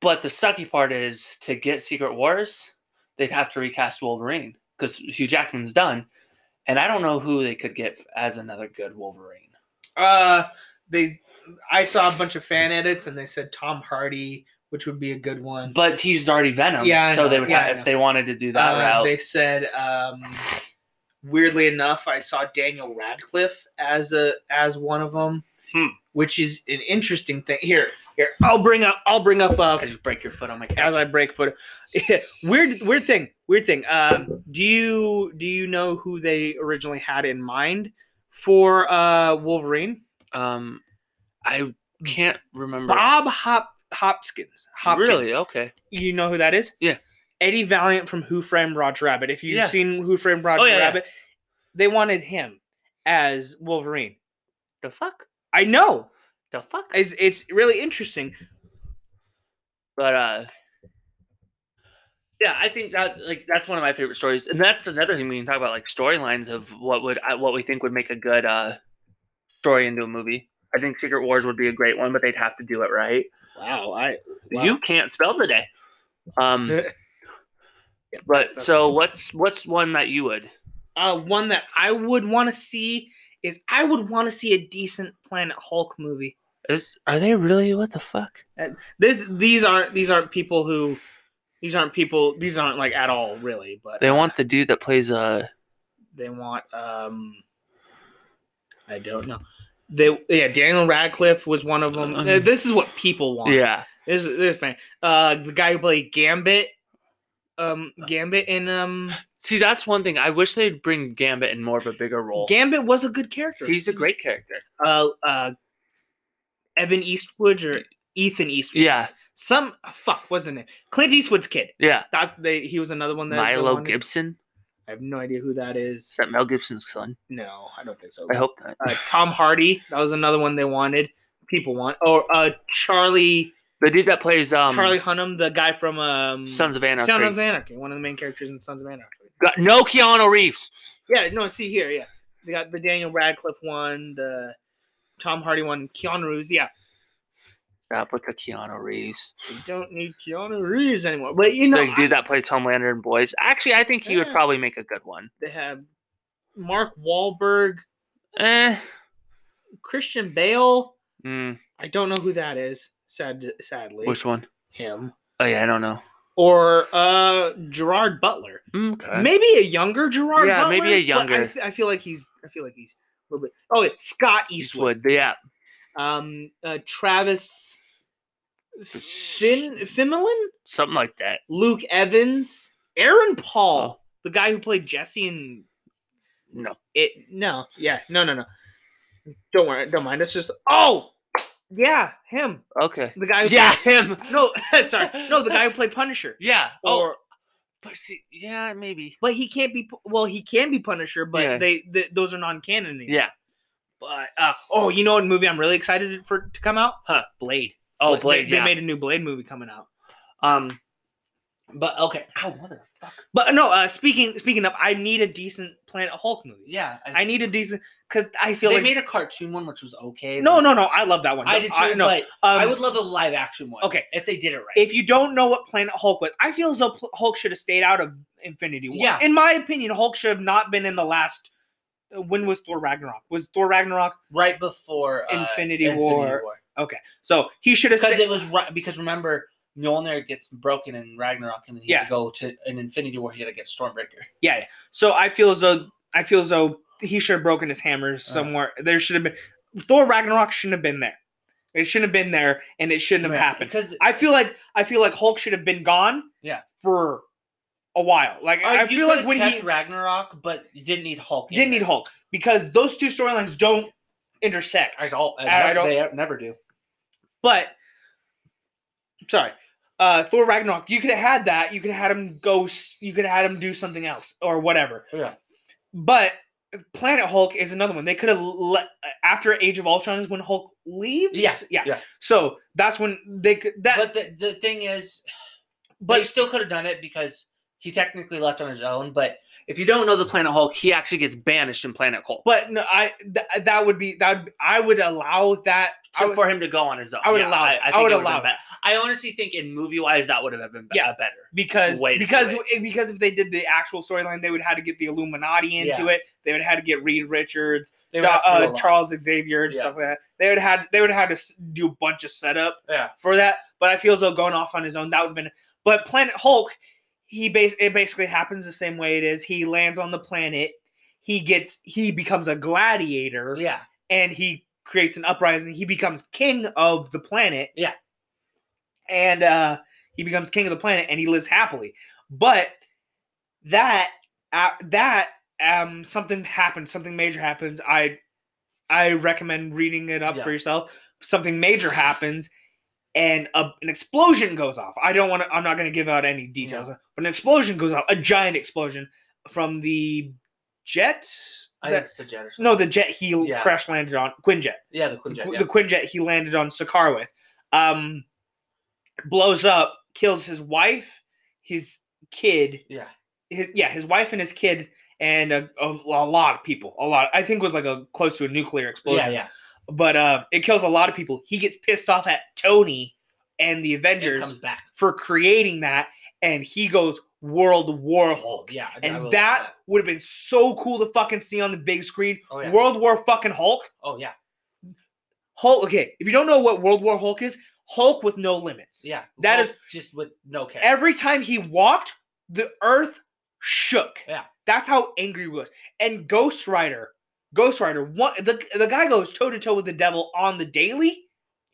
S2: but the sucky part is to get Secret Wars, they'd have to recast Wolverine because Hugh Jackman's done, and I don't know who they could get as another good Wolverine.
S1: uh, they, I saw a bunch of fan edits and they said Tom Hardy, which would be a good one.
S2: But he's already Venom,
S1: Yeah, I
S2: so they
S1: know.
S2: would
S1: Yeah, I
S2: have,
S1: know.
S2: if they wanted to do that
S1: Uh,
S2: route.
S1: They said, um, weirdly enough, I saw Daniel Radcliffe as a as one of them,
S2: Hmm.
S1: which is an interesting thing. Here, here, I'll bring up, I'll bring up. Uh,
S2: I just break your foot on my
S1: as
S2: couch.
S1: I break foot, (laughs) weird, weird thing, weird thing. Um, do you do you know who they originally had in mind for uh, Wolverine?
S2: um, I can't remember.
S1: Bob Hop Hopkins. Hopkins.
S2: Really? Okay.
S1: You know who that is?
S2: Yeah.
S1: Eddie Valiant from Who Framed Roger Rabbit. If you've
S2: Yeah.
S1: seen Who Framed Roger
S2: Oh, yeah, yeah.
S1: Rabbit, they wanted him as Wolverine.
S2: The fuck?
S1: I know.
S2: The fuck?
S1: It's, it's really interesting.
S2: but uh yeah, I think that's like that's one of my favorite stories, and that's another thing we can talk about, like storylines of what would I- what we think would make a good uh story into a movie. I think Secret Wars would be a great one, but they'd have to do it right.
S1: Wow. I
S2: You can't spell today, um.
S1: (laughs)
S2: But
S1: that's-
S2: so what's what's one that you would?
S1: uh, one that I would want to see is I would want to see a decent Planet Hulk movie.
S2: Is are they really what the fuck?
S1: This these aren't these aren't people who these aren't people these aren't like at all really, but
S2: They want the dude that plays uh
S1: They want um I don't know. They yeah, Daniel Radcliffe was one of them.
S2: Um,
S1: this is what people want.
S2: yeah
S1: This is this thing. Uh the guy who played Gambit um
S2: Uh,
S1: Gambit in um
S2: see that's one thing I wish they'd bring Gambit in more of a bigger role.
S1: Gambit was a good character.
S2: He's a great character.
S1: uh uh Evan Eastwood or Ethan Eastwood.
S2: Yeah,
S1: Some uh, fuck wasn't it? Clint Eastwood's kid.
S2: yeah.
S1: That they he was another one that they
S2: Milo
S1: wanted.
S2: Gibson.
S1: I have no idea who that
S2: Is
S1: is.
S2: that Mel Gibson's son?
S1: No, I don't think so.
S2: I hope not.
S1: uh, Tom Hardy. That was another one they wanted. People want or uh, Charlie
S2: The dude that plays um,
S1: Charlie Hunnam, the guy from um,
S2: Sons of Anarchy.
S1: Son of Anarchy, one of the main characters in Sons of Anarchy.
S2: Got- no Keanu Reeves.
S1: Yeah, no, see here, yeah, they got the Daniel Radcliffe one, the Tom Hardy one, Keanu Reeves. Yeah,
S2: Stop with the Keanu Reeves.
S1: we don't need Keanu Reeves anymore. But you know,
S2: the dude that plays Homelander and Boys. Actually, I think he would
S1: Yeah.
S2: probably make a good one.
S1: I- they have Mark Wahlberg,
S2: Eh.
S1: Christian Bale.
S2: Mm,
S1: I don't know who that is. Sad, sadly,
S2: which one?
S1: him
S2: Oh yeah, I don't know.
S1: or uh Gerard Butler.
S2: Okay.
S1: maybe a younger Gerard.
S2: Uh, Yeah,
S1: Butler,
S2: maybe
S1: but
S2: a
S1: I,
S2: younger.
S1: th- I feel like he's. I feel like he's a little bit. Oh, it's Scott Eastwood.
S2: Eastwood. Yeah.
S1: Um, uh, Travis Fin Fimelin,
S2: Something like that.
S1: Luke Evans, Aaron Paul,
S2: Oh.
S1: the guy who played Jesse and
S2: No.
S1: it. No, yeah, no, no, no. Don't worry, don't mind. It's just oh, yeah, him,
S2: Okay.
S1: the guy. Who,
S2: Yeah, him.
S1: No, (laughs) sorry, no, the guy who played Punisher.
S2: Yeah. oh,
S1: Or,
S2: but see, yeah, maybe.
S1: but he can't be. pu- Well, he can be Punisher, but
S2: Yeah.
S1: they, th those are non-canon. anymore.
S2: Yeah.
S1: But uh, oh, you know what movie I'm really excited for to come out?
S2: Huh.
S1: Blade.
S2: Oh,
S1: They-
S2: Blade.
S1: They,
S2: yeah.
S1: made a new Blade movie coming out.
S2: um. But okay. Ow, motherfucker.
S1: But no, uh, speaking speaking of, I need a decent Planet Hulk movie.
S2: Yeah. I,
S1: I need a decent because I feel
S2: they
S1: like
S2: made a cartoon one, which was okay.
S1: no, no, no. I love that one.
S2: I did too,
S1: no,
S2: but
S1: um,
S2: I would love a live action one.
S1: Okay.
S2: if they did it right.
S1: If you don't know what Planet Hulk was, I feel as though Pl- Hulk should have stayed out of Infinity War.
S2: Yeah.
S1: In my opinion, Hulk should have not been in the last. uh, When was Thor Ragnarok? Was Thor Ragnarok?
S2: right before uh,
S1: Infinity War. So he should have
S2: because
S1: stayed.
S2: it was right, because remember Mjolnir gets broken in Ragnarok, and then he had
S1: Yeah.
S2: to go to an Infinity War. He had to get Stormbreaker.
S1: Yeah. yeah. So I feel as though I feel as though he should have broken his
S2: Uh.
S1: hammer somewhere. There should have been Thor Ragnarok shouldn't have been there. It shouldn't have been there, and it shouldn't have happened.
S2: because
S1: I feel like I feel like Hulk should have been gone.
S2: Yeah.
S1: For a while, like
S2: uh,
S1: I
S2: you
S1: feel like
S2: could've
S1: when
S2: kept
S1: he
S2: Ragnarok, but you didn't need Hulk. in
S1: didn't need
S2: there.
S1: Hulk because those two storylines don't intersect.
S2: I don't.
S1: I
S2: I
S1: don't-
S2: They never do.
S1: But sorry, uh, Thor Ragnarok, you could have had that. You could have had him go. s- You could have had him do something else or whatever.
S3: Oh, Yeah.
S1: But Planet Hulk is another one. They could have let after Age of Ultron is when Hulk leaves.
S3: Yeah,
S1: yeah.
S3: yeah.
S1: So that's when they could that.
S3: But the, the thing is, but he
S1: but
S3: still could have done it because he technically left on his own. But if you don't know the Planet Hulk, he actually gets banished in Planet Hulk
S1: but no, I th- that would be that would, I would allow that. I
S3: to-
S1: would-
S3: for him to go on his own.
S1: I would
S3: Yeah,
S1: allow it. I
S3: think
S1: would
S3: it would've
S1: allow
S3: been bet- I honestly think in movie wise that would have been be- uh,
S1: Yeah.
S3: better.
S1: because
S3: way to do
S1: because eh, because if they did the actual storyline, they would have had to get the Illuminati into it. They would have had to get Reed Richards,
S3: They
S1: Do-
S3: would have to do a
S1: uh,
S3: lot.
S1: Charles Xavier, and
S3: Yeah.
S1: stuff like that. They would have had they would have had to s- do a bunch of setup
S3: Yeah.
S1: for that. But I feel as though going off on his own that would have been. But Planet Hulk, he base it basically happens the same way it is. He lands on the planet. He gets he becomes a gladiator
S3: Yeah.
S1: and he creates an uprising. He becomes king of the planet.
S3: Yeah.
S1: And uh, he becomes king of the planet, and he lives happily. But that uh, that um something happens, something major happens. I I recommend reading it up
S3: Yeah.
S1: for yourself. Something major happens, and a, an explosion goes off. I don't want to. I'm not going to give out any details, but an explosion goes off. A giant explosion from the jet.
S3: I
S1: that-
S3: think it's the jet or something.
S1: no, the jet he
S3: Yeah.
S1: crash landed on Quinjet.
S3: Yeah, the Quinjet.
S1: The,
S3: yeah.
S1: the Quinjet he landed on Sakaar with, um, blows up, kills his wife, his kid,
S3: yeah.
S1: his, yeah, his wife and his kid, and a, a, a lot of people. A lot. I think it was like a close to a nuclear explosion.
S3: Yeah, yeah.
S1: But uh, it kills a lot of people. He gets pissed off at Tony and the
S3: It
S1: Avengers
S3: comes back.
S1: for creating that, and he goes World War Hulk.
S3: Yeah. I- I
S1: And
S3: will
S1: that,
S3: say
S1: would have been so cool to fucking see on the big screen.
S3: Oh yeah.
S1: World War fucking Hulk.
S3: Oh yeah.
S1: Hulk. Okay, if you don't know what World War Hulk is, Hulk with no limits.
S3: Yeah.
S1: That
S3: Hulk
S1: is-
S3: just with no care.
S1: Every time he walked, the earth shook.
S3: Yeah.
S1: that's how angry he was. And Ghost Rider, Ghost Rider, one the the guy goes toe to toe with the devil on the daily.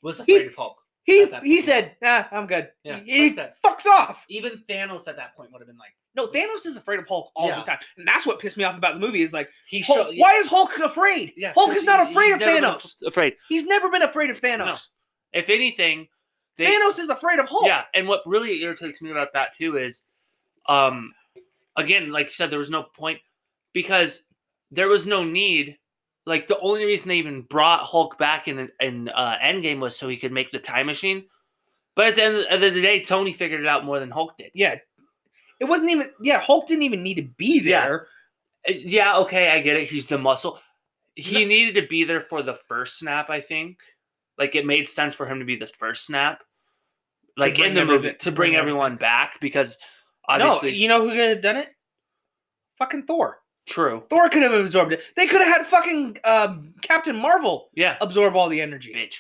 S3: was afraid
S1: he-
S3: of Hulk.
S1: He
S3: At that
S1: he
S3: point.
S1: said, "Nah, I'm good."
S3: Yeah,
S1: he
S3: fuck that.
S1: fucks off.
S3: Even Thanos at that point would have been like,
S1: No, Thanos is afraid of Hulk all
S3: Yeah.
S1: the time, and that's what pissed me off about the movie. Is like,
S3: he
S1: Hulk,
S3: showed.
S1: why is Hulk afraid?
S3: Yeah,
S1: Hulk
S3: so
S1: is
S3: he-
S1: not afraid
S3: he's
S1: of
S3: never been
S1: Thanos.
S2: f- afraid.
S1: He's never been afraid of Thanos.
S2: If anything, they,
S1: Thanos is afraid of Hulk.
S2: Yeah, and what really irritates me about that too is, um, again, like you said, there was no point because there was no need. Like the only reason they even brought Hulk back in in uh, Endgame was so he could make the time machine. But at the end of the end of the day, Tony figured it out more than Hulk did.
S1: yeah. It wasn't even yeah, Hulk didn't even need to be
S2: Yeah.
S1: there.
S2: Uh, Yeah, okay, I get it. He's the muscle. He needed to be there for the first snap, I think. Like it made sense for him to be the first snap, like
S1: bring
S2: in the movie,
S1: everything-
S2: to bring
S1: bring
S2: everyone back because
S1: No,
S2: obviously
S1: you know who could have done it? Fucking Thor.
S2: true.
S1: Thor could have absorbed it. They could have had fucking um, Captain Marvel
S2: Yeah,
S1: absorb all the energy.
S2: bitch.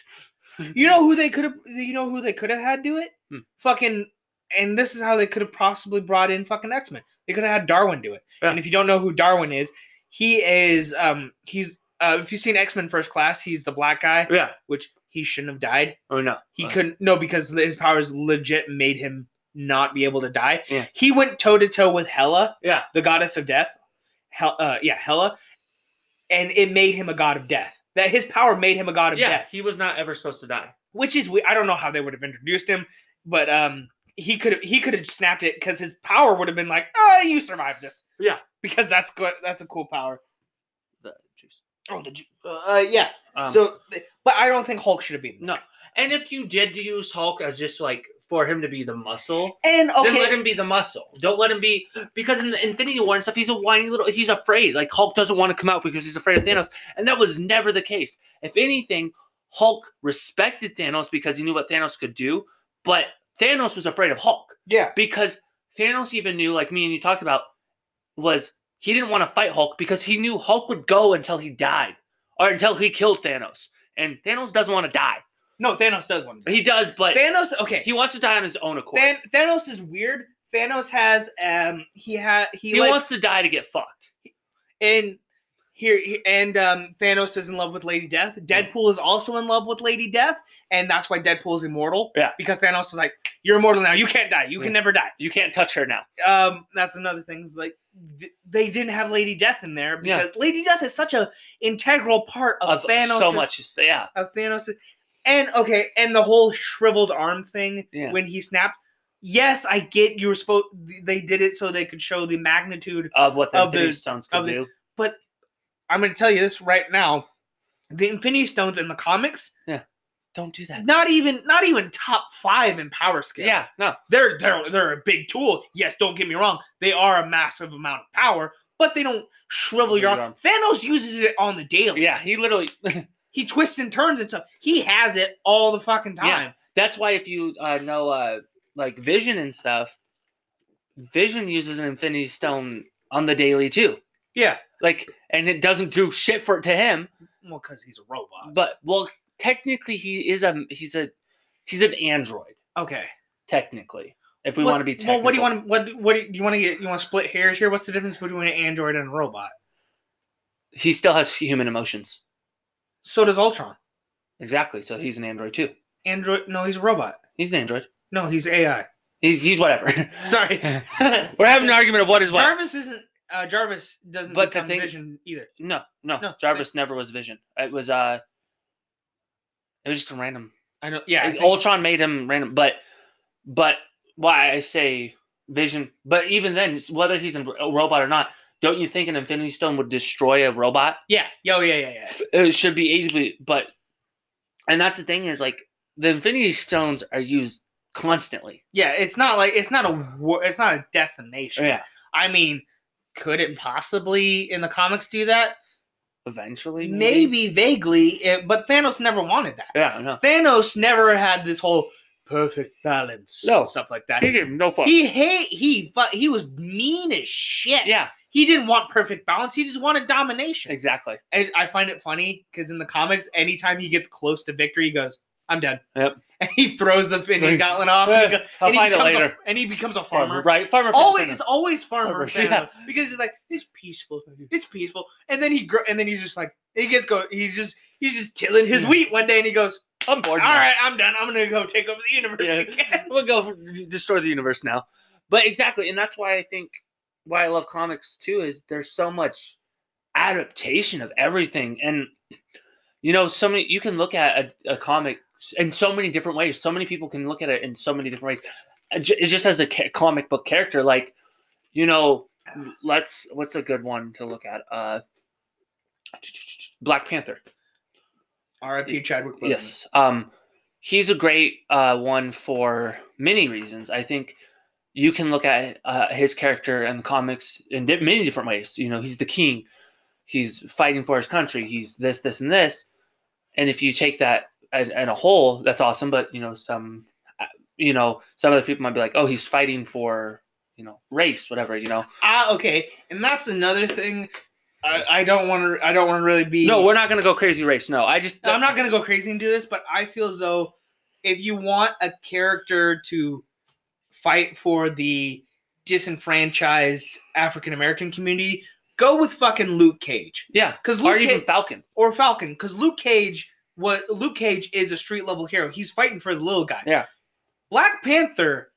S1: You know who they could have you know who they could have had do it?
S2: Hmm.
S1: Fucking and this is how they could have possibly brought in fucking X-Men. They could have had Darwin do it.
S2: Yeah.
S1: And if you don't know who Darwin is, he is um he's uh, if you've seen X-Men First Class, he's the black guy,
S2: Yeah.
S1: which he shouldn't have died.
S2: Oh no.
S1: He
S2: Uh,
S1: couldn't no because his powers legit made him not be able to die.
S2: Yeah.
S1: He went toe to toe with Hela,
S2: Yeah.
S1: the goddess of death. Hel- uh, yeah, Hela, and it made him a god of death. That his power made him a god of
S2: yeah,
S1: death,
S2: he was not ever supposed to die.
S1: which is we I don't know how they would have introduced him, but um he could have he could have snapped it because his power would have been like, oh, you survived this.
S2: Yeah.
S1: because that's good. That's a cool power.
S2: The juice.
S1: Oh, did you? Uh, yeah.
S2: Um,
S1: so, but I don't think Hulk should have been.
S2: No.
S3: And if you did use Hulk as just like for him to be the muscle,
S1: And okay,
S3: then let him be the muscle. Don't let him be
S2: because in the Infinity War and stuff, he's a whiny little. He's afraid. Like Hulk doesn't want to come out because he's afraid of Thanos, and that was never the case. If anything, Hulk respected Thanos because he knew what Thanos could do, but Thanos was afraid of Hulk
S1: yeah,
S2: because Thanos even knew, like me and you talked about, was he didn't want to fight Hulk because he knew Hulk would go until he died or until he killed Thanos, and Thanos doesn't want to die.
S1: no, Thanos does one.
S2: He does, but
S1: Thanos, okay,
S2: He wants to die on his own accord.
S1: Than- Thanos is weird. Thanos has um he had he,
S2: he
S1: like
S2: wants to die to get fucked.
S1: and here he- and um Thanos is in love with Lady Death.
S2: Mm.
S1: Deadpool is also in love with Lady Death, and that's why Deadpool is immortal.
S2: Yeah. Mm.
S1: because Thanos is like, you're immortal now. You can't die. You
S2: Yeah.
S1: can never die.
S2: You can't touch her now.
S1: Um, that's another thing. Is like th- they didn't have Lady Death in there
S2: Yeah.
S1: because Lady Death is such a integral part
S2: Of
S1: of, Thanos.
S2: so much, yeah.
S1: of Thanos. And okay, and the whole shriveled arm thing
S2: Yeah.
S1: when he snapped. yes, I get you were supposed they did it so they could show the magnitude.
S2: of what the
S1: Of the-
S2: Infinity Stones could
S1: of the-
S2: do.
S1: I'm going to tell you this right now. The Infinity Stones in the comics,
S2: Don't do that.
S1: not even not even top 5 in power scale.
S2: Yeah, no.
S1: They're they're they're a big tool. Yes, don't get me wrong. They are a massive amount of power, but they don't shrivel your
S2: Your
S1: arm. Thanos uses it on the daily.
S2: Yeah, he literally.
S1: He twists and turns and stuff. He has it all the fucking time.
S2: Yeah. That's why if you uh, know uh, like Vision and stuff, Vision uses an Infinity Stone on the daily too.
S1: Yeah.
S2: Like, and it doesn't do shit for to him.
S1: Well, because he's a robot.
S2: But well, technically he is a he's a he's an android.
S1: okay,
S2: Technically, if we want to
S1: What's-
S2: be technical.
S1: Well, what do you want? What what do you, want to get? You want to split hairs here? What's the difference between an android and a robot?
S2: He still has human emotions.
S1: So does Ultron.
S2: Exactly. So he's an android too.
S1: Android? No, he's a robot.
S2: He's an android.
S1: No, he's
S2: (laughs)
S1: AI.
S2: He's he's whatever. (laughs)
S1: Sorry,
S2: We're having an argument of what is what.
S1: Jarvis isn't. Uh, Jarvis doesn't
S2: But the
S1: become
S2: thing-
S1: Vision either.
S2: No, no,
S1: No,
S2: Jarvis never was Vision. It was uh, it was just a random.
S1: I know. Yeah, I
S2: like,
S1: think-
S2: Ultron made him random, but but why I say Vision. But even then, it's- whether he's a ro- robot or not, don't you think an Infinity Stone would destroy a robot?
S1: yeah, yo, yeah, yeah, yeah.
S2: It should be easily, but and that's the thing is like the Infinity Stones are used constantly.
S1: Yeah, it's not like it's not a war, it's not a decimation.
S2: Yeah,
S1: I mean, could it possibly in the comics do that?
S2: eventually,
S1: Maybe vaguely, it, but Thanos never wanted that.
S2: Yeah, no,
S1: Thanos never had this whole perfect balance
S2: No.
S1: and stuff like that.
S2: he gave him no fuck.
S1: He hate he fu- he was mean as shit.
S2: yeah,
S1: He didn't want perfect balance. He just wanted domination.
S2: exactly.
S1: And I find it funny because in the comics, anytime he gets close to victory, he goes, "I'm done."
S2: Yep.
S1: (laughs) And he throws the Finny gauntlet off. and, he go-
S2: I'll
S1: and he
S2: find it
S1: becomes a-
S2: later.
S1: and he becomes a farmer.
S2: right? Farmer.
S1: Always, it's always farmer,
S2: Farmer, yeah.
S1: Thanos, because he's like it's peaceful, it's peaceful, and then he gr- and then he's just like he gets go, he's just he's just tilling his
S2: Yeah.
S1: wheat one day, and he goes,
S2: I'm bored.
S1: "All right, I'm done. I'm gonna go take over the universe
S2: Yeah.
S1: again."
S2: (laughs) we'll go for, destroy the universe now. But exactly, and that's why I think why I love comics too is there's so much adaptation of everything, and you know, so many you can look at a, a comic in so many different ways. So many people can look at it in so many different ways. And ju- It's just as a ca- comic book character, like you know, let's what's a good one to look at? Uh, Black Panther.
S1: R.I.P. Chadwick Boseman.
S2: Yes. Um, he's a great uh, one for many reasons. I think you can look at uh, his character in the comics in di- many different ways. You know, he's the king. He's fighting for his country. He's this, this, and this. And if you take that at, at a whole, that's awesome. But you know, some, uh, you know, some other people might be like, "Oh, he's fighting for, you know, race, whatever." You know,
S1: Ah, okay, and that's another thing. I, I don't want to. I don't want to really be.
S2: no, we're not gonna go crazy race. No, I just,
S1: I'm not gonna go crazy and do this, but I feel as though if you want a character to fight for the disenfranchised African American community, go with fucking Luke Cage,
S2: Yeah,
S1: because
S2: or
S1: Luke
S2: even
S1: Ca-
S2: Falcon.
S1: or Falcon, because Luke Cage was Luke Cage is a street level hero. He's fighting for the little guy.
S2: Yeah.
S1: Black Panther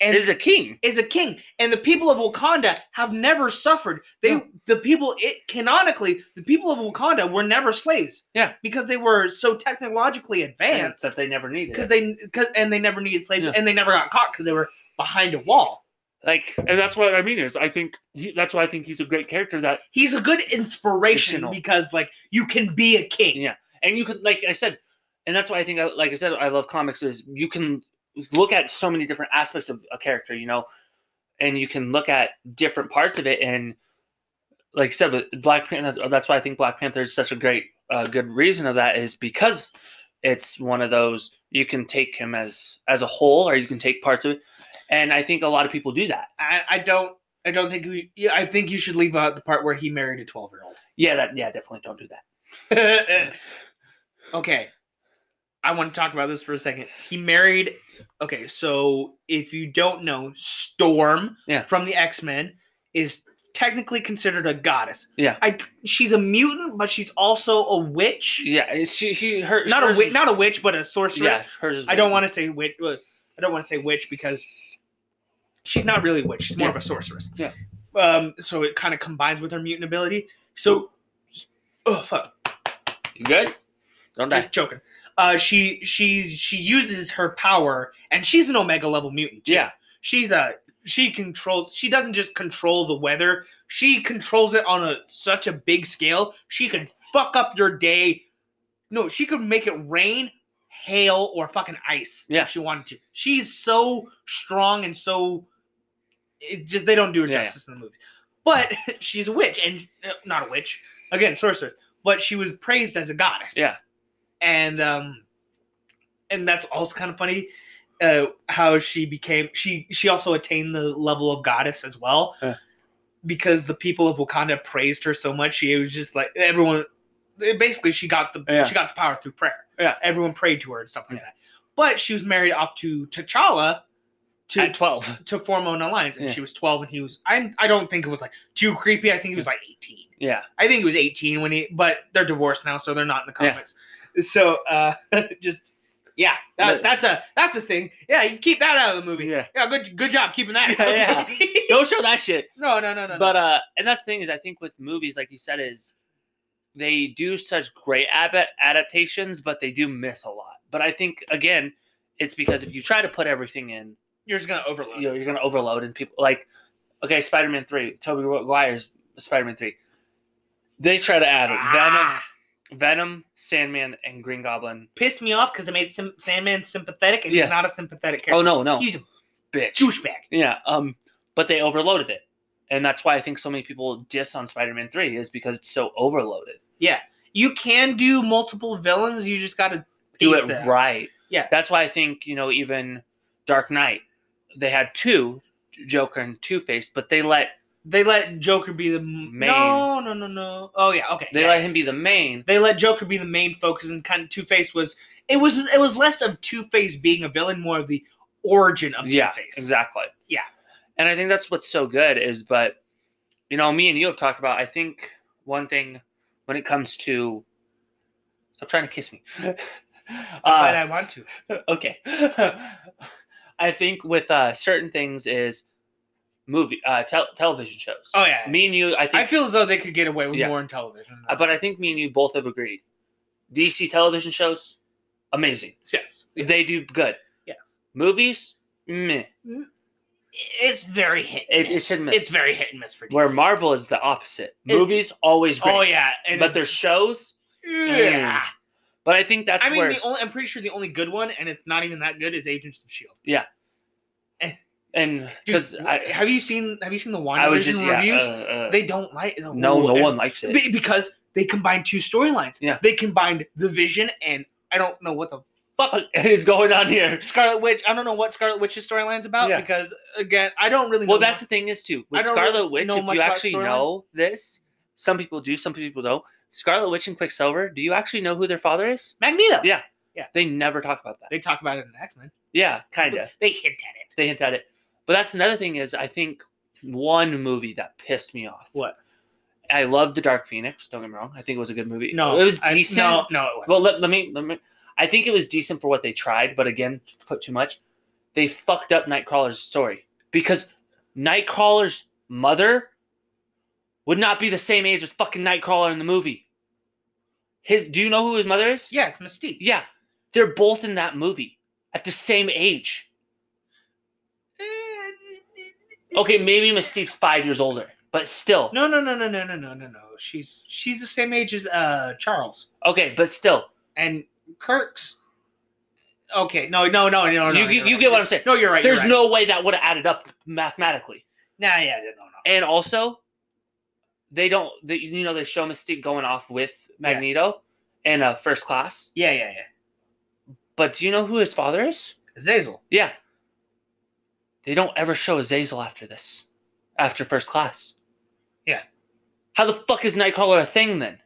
S1: and
S2: Is a king.
S1: is a king, and the people of Wakanda have never suffered. They, the people, it canonically, the people of Wakanda were never slaves.
S2: Yeah.
S1: because they were so technologically advanced.
S2: that they never needed.
S1: Because they, cause, and they never needed slaves,
S2: Yeah.
S1: and they never got caught because they were behind a wall.
S2: like and that's what i mean is i think he, that's why i think he's a great character that
S1: He's a good inspiration
S2: Fictional.
S1: because, like, you can be a king.
S2: Yeah. and you could like i said and that's why i think I, like i said i love comics is you can look at so many different aspects of a character you know and you can look at different parts of it and like i said with black panther that's why i think black panther is such a great uh, good reason of that is because it's one of those you can take him as as a whole or you can take parts of it and i think a lot of people do that
S1: I, I don't, I don't think we. yeah, I think you should leave out the part where he married a twelve-year-old.
S2: yeah that yeah definitely don't do
S1: (laughs)
S2: that
S1: okay. I want to talk about this for a second. He married. Okay, so if you don't know, Storm
S2: Yeah.
S1: from the X Men is technically considered a goddess.
S2: Yeah.
S1: I she's a mutant, but she's also a witch.
S2: yeah it's- she, she her
S1: Not a
S2: hers
S1: witch,
S2: is-
S1: not a witch, but a sorceress.
S2: hers is
S1: I don't want to say witch. uh, I don't want to say witch because she's not really a witch. She's more of a sorceress.
S2: Yeah.
S1: Um. So it kind of combines with her mutant ability. So, oh fuck.
S2: You good? Don't die.
S1: Just joking. uh, she she's she uses her power, and she's an Omega level mutant. too.
S2: Yeah.
S1: she's a she controls. She doesn't just control the weather. She controls it on a such a big scale. She could fuck up your day. No, she could make it rain, hail, or fucking ice.
S2: Yeah.
S1: if she wanted to. She's so strong and so. It just they don't do her
S2: Yeah, yeah.
S1: justice in the movie. But (laughs) she's a witch and uh, not a witch again, sorceress. But she was praised as a goddess.
S2: Yeah.
S1: and um, and that's also kind of funny uh, how she became she she also attained the level of goddess as well
S2: Yeah.
S1: because the people of Wakanda praised her so much she was just like everyone basically she got the
S2: Yeah.
S1: she got the power through prayer
S2: Yeah.
S1: everyone prayed to her and stuff like that but she was married off to T'Challa to
S2: At 12.
S1: to form an alliance and
S2: Yeah.
S1: she was 12 and he was I I don't think it was like too creepy I think he was like 18
S2: Yeah.
S1: I think he was 18 when he, but they're divorced now, so they're not in the
S2: Yeah.
S1: comics. So, uh, (laughs) just yeah, that,
S2: But-
S1: that's a that's a thing. Yeah, you keep that out of the movie. Yeah,
S2: Yeah.
S1: good good job keeping
S2: (laughs)
S1: that.
S2: Yeah,
S1: out of the movie.
S2: (laughs)
S1: (laughs)
S2: Don't show that shit.
S1: no, no, no, no.
S2: But uh, and that's the thing is, I think with movies, like you said, is they do such great ab- adaptations, but they do miss a lot. But I think again, it's because if you try to put everything in,
S1: you're just gonna overload.
S2: you know, you're gonna overload, and people like, okay, Spider Man three, Tobey Maguire's Spider Man three, they try to add
S1: Ah,
S2: Venom, Venom, Sandman, and Green Goblin.
S1: pissed me off because it made Sim- Sandman sympathetic, and
S2: Yeah.
S1: he's not a sympathetic
S2: Oh
S1: character.
S2: no, no,
S1: he's a
S2: bitch.
S1: douchebag.
S2: Yeah, um, but they overloaded it, and that's why I think so many people diss on Spider Man three is because it's so overloaded.
S1: You can do multiple villains. You just gotta
S2: do
S1: piece
S2: it
S1: out.
S2: right.
S1: Yeah.
S2: That's why I think, you know, even Dark Knight, they had two Joker and Two Face, but they let
S1: They let Joker be the m-
S2: Main.
S1: No, no, no, no. Oh yeah, okay.
S2: they
S1: yeah.
S2: let him be the main.
S1: they let Joker be the main focus, and kind of Two Face was it was it was less of Two Face being a villain, more of the origin of Two
S2: yeah,
S1: Face.
S2: exactly.
S1: Yeah.
S2: and I think that's what's so good is, but you know, me and you have talked about. I think one thing when it comes to stop trying to kiss me. (laughs) Uh,
S1: but I want to.
S2: okay. (laughs) I think with uh, certain things is movie uh, tel- television shows.
S1: Oh yeah,
S2: me and you, I think
S1: I feel as though they could get away with
S2: Yeah.
S1: more in television.
S2: Uh, but I think me and you both have agreed. DC television shows, amazing.
S1: yes,
S2: They do good.
S1: yes,
S2: Movies, meh.
S1: it's very hit.
S2: It- it's hit and miss.
S1: It's very hit and miss for DC.
S2: Where Marvel is the opposite.
S1: It-
S2: Movies always great,
S1: oh yeah, and
S2: but their
S1: it's-
S2: shows.
S1: yeah.
S2: Mm. But I think that's
S1: I mean,
S2: where
S1: the only I'm pretty sure the only good one, and it's not even that good, is Agents of Shield.
S2: and because I,
S1: have you seen have you seen the
S2: I
S1: WandaVision
S2: was just yeah,
S1: reviews?
S2: uh, uh,
S1: they don't like
S2: no
S1: Ooh,
S2: no
S1: and-
S2: one likes it.
S1: Be- because they combined two storylines.
S2: Yeah.
S1: They combined the Vision and I don't know what the
S2: Fuck (laughs) is going on here.
S1: Scarlet Witch. I don't know what Scarlet Witch's storyline's about
S2: Yeah.
S1: because again, I don't really.
S2: Well,
S1: know
S2: that's the thing is too
S1: I
S2: with
S1: don't really
S2: Scarlet Witch.
S1: know
S2: If
S1: much
S2: you
S1: about
S2: actually
S1: storyline.
S2: know this, some people do, some people don't. Scarlet Witch and Quicksilver. Do you actually know who their father is?
S1: much- Magneto.
S2: Yeah. They never talk about that.
S1: They talk about it in X Men.
S2: Yeah, kind of.
S1: They hint at it.
S2: They hint at it. But that's another thing is I think one movie that pissed me off.
S1: What?
S2: I loved The Dark Phoenix. Don't get me wrong. I think it was a good movie.
S1: No,
S2: it was
S1: I-
S2: decent.
S1: no, no, it wasn't.
S2: Well, let, let me let me. I think it was decent for what they tried, but again, to put too much. They fucked up Nightcrawler's story because Nightcrawler's mother would not be the same age as fucking Nightcrawler in the movie. His, do you know who his mother is?
S1: yeah, it's Mystique.
S2: Yeah, they're both in that movie at the same age.
S1: Eh,
S2: Okay, maybe Mystique's five years older, but still.
S1: No, no, no, no, no, no, no, no, no. She's she's the same age as uh Charles
S2: Okay, but still.
S1: and Kirk's. Okay, no, no, no, no, no.
S2: You- you-
S1: you're
S2: you
S1: right.
S2: get what I'm saying.
S1: No, you're right.
S2: There's
S1: you're right.
S2: no way that would have added up mathematically.
S1: Nah, yeah, no, no.
S2: And also, they don't. They, you know, they show Mystique going off with Magneto in a first class.
S1: Yeah, yeah, yeah.
S2: But do you know who his father is?
S1: Zazel.
S2: Yeah. They don't ever show Azazel after this, after first class.
S1: Yeah.
S2: How the fuck is Nightcrawler a thing then?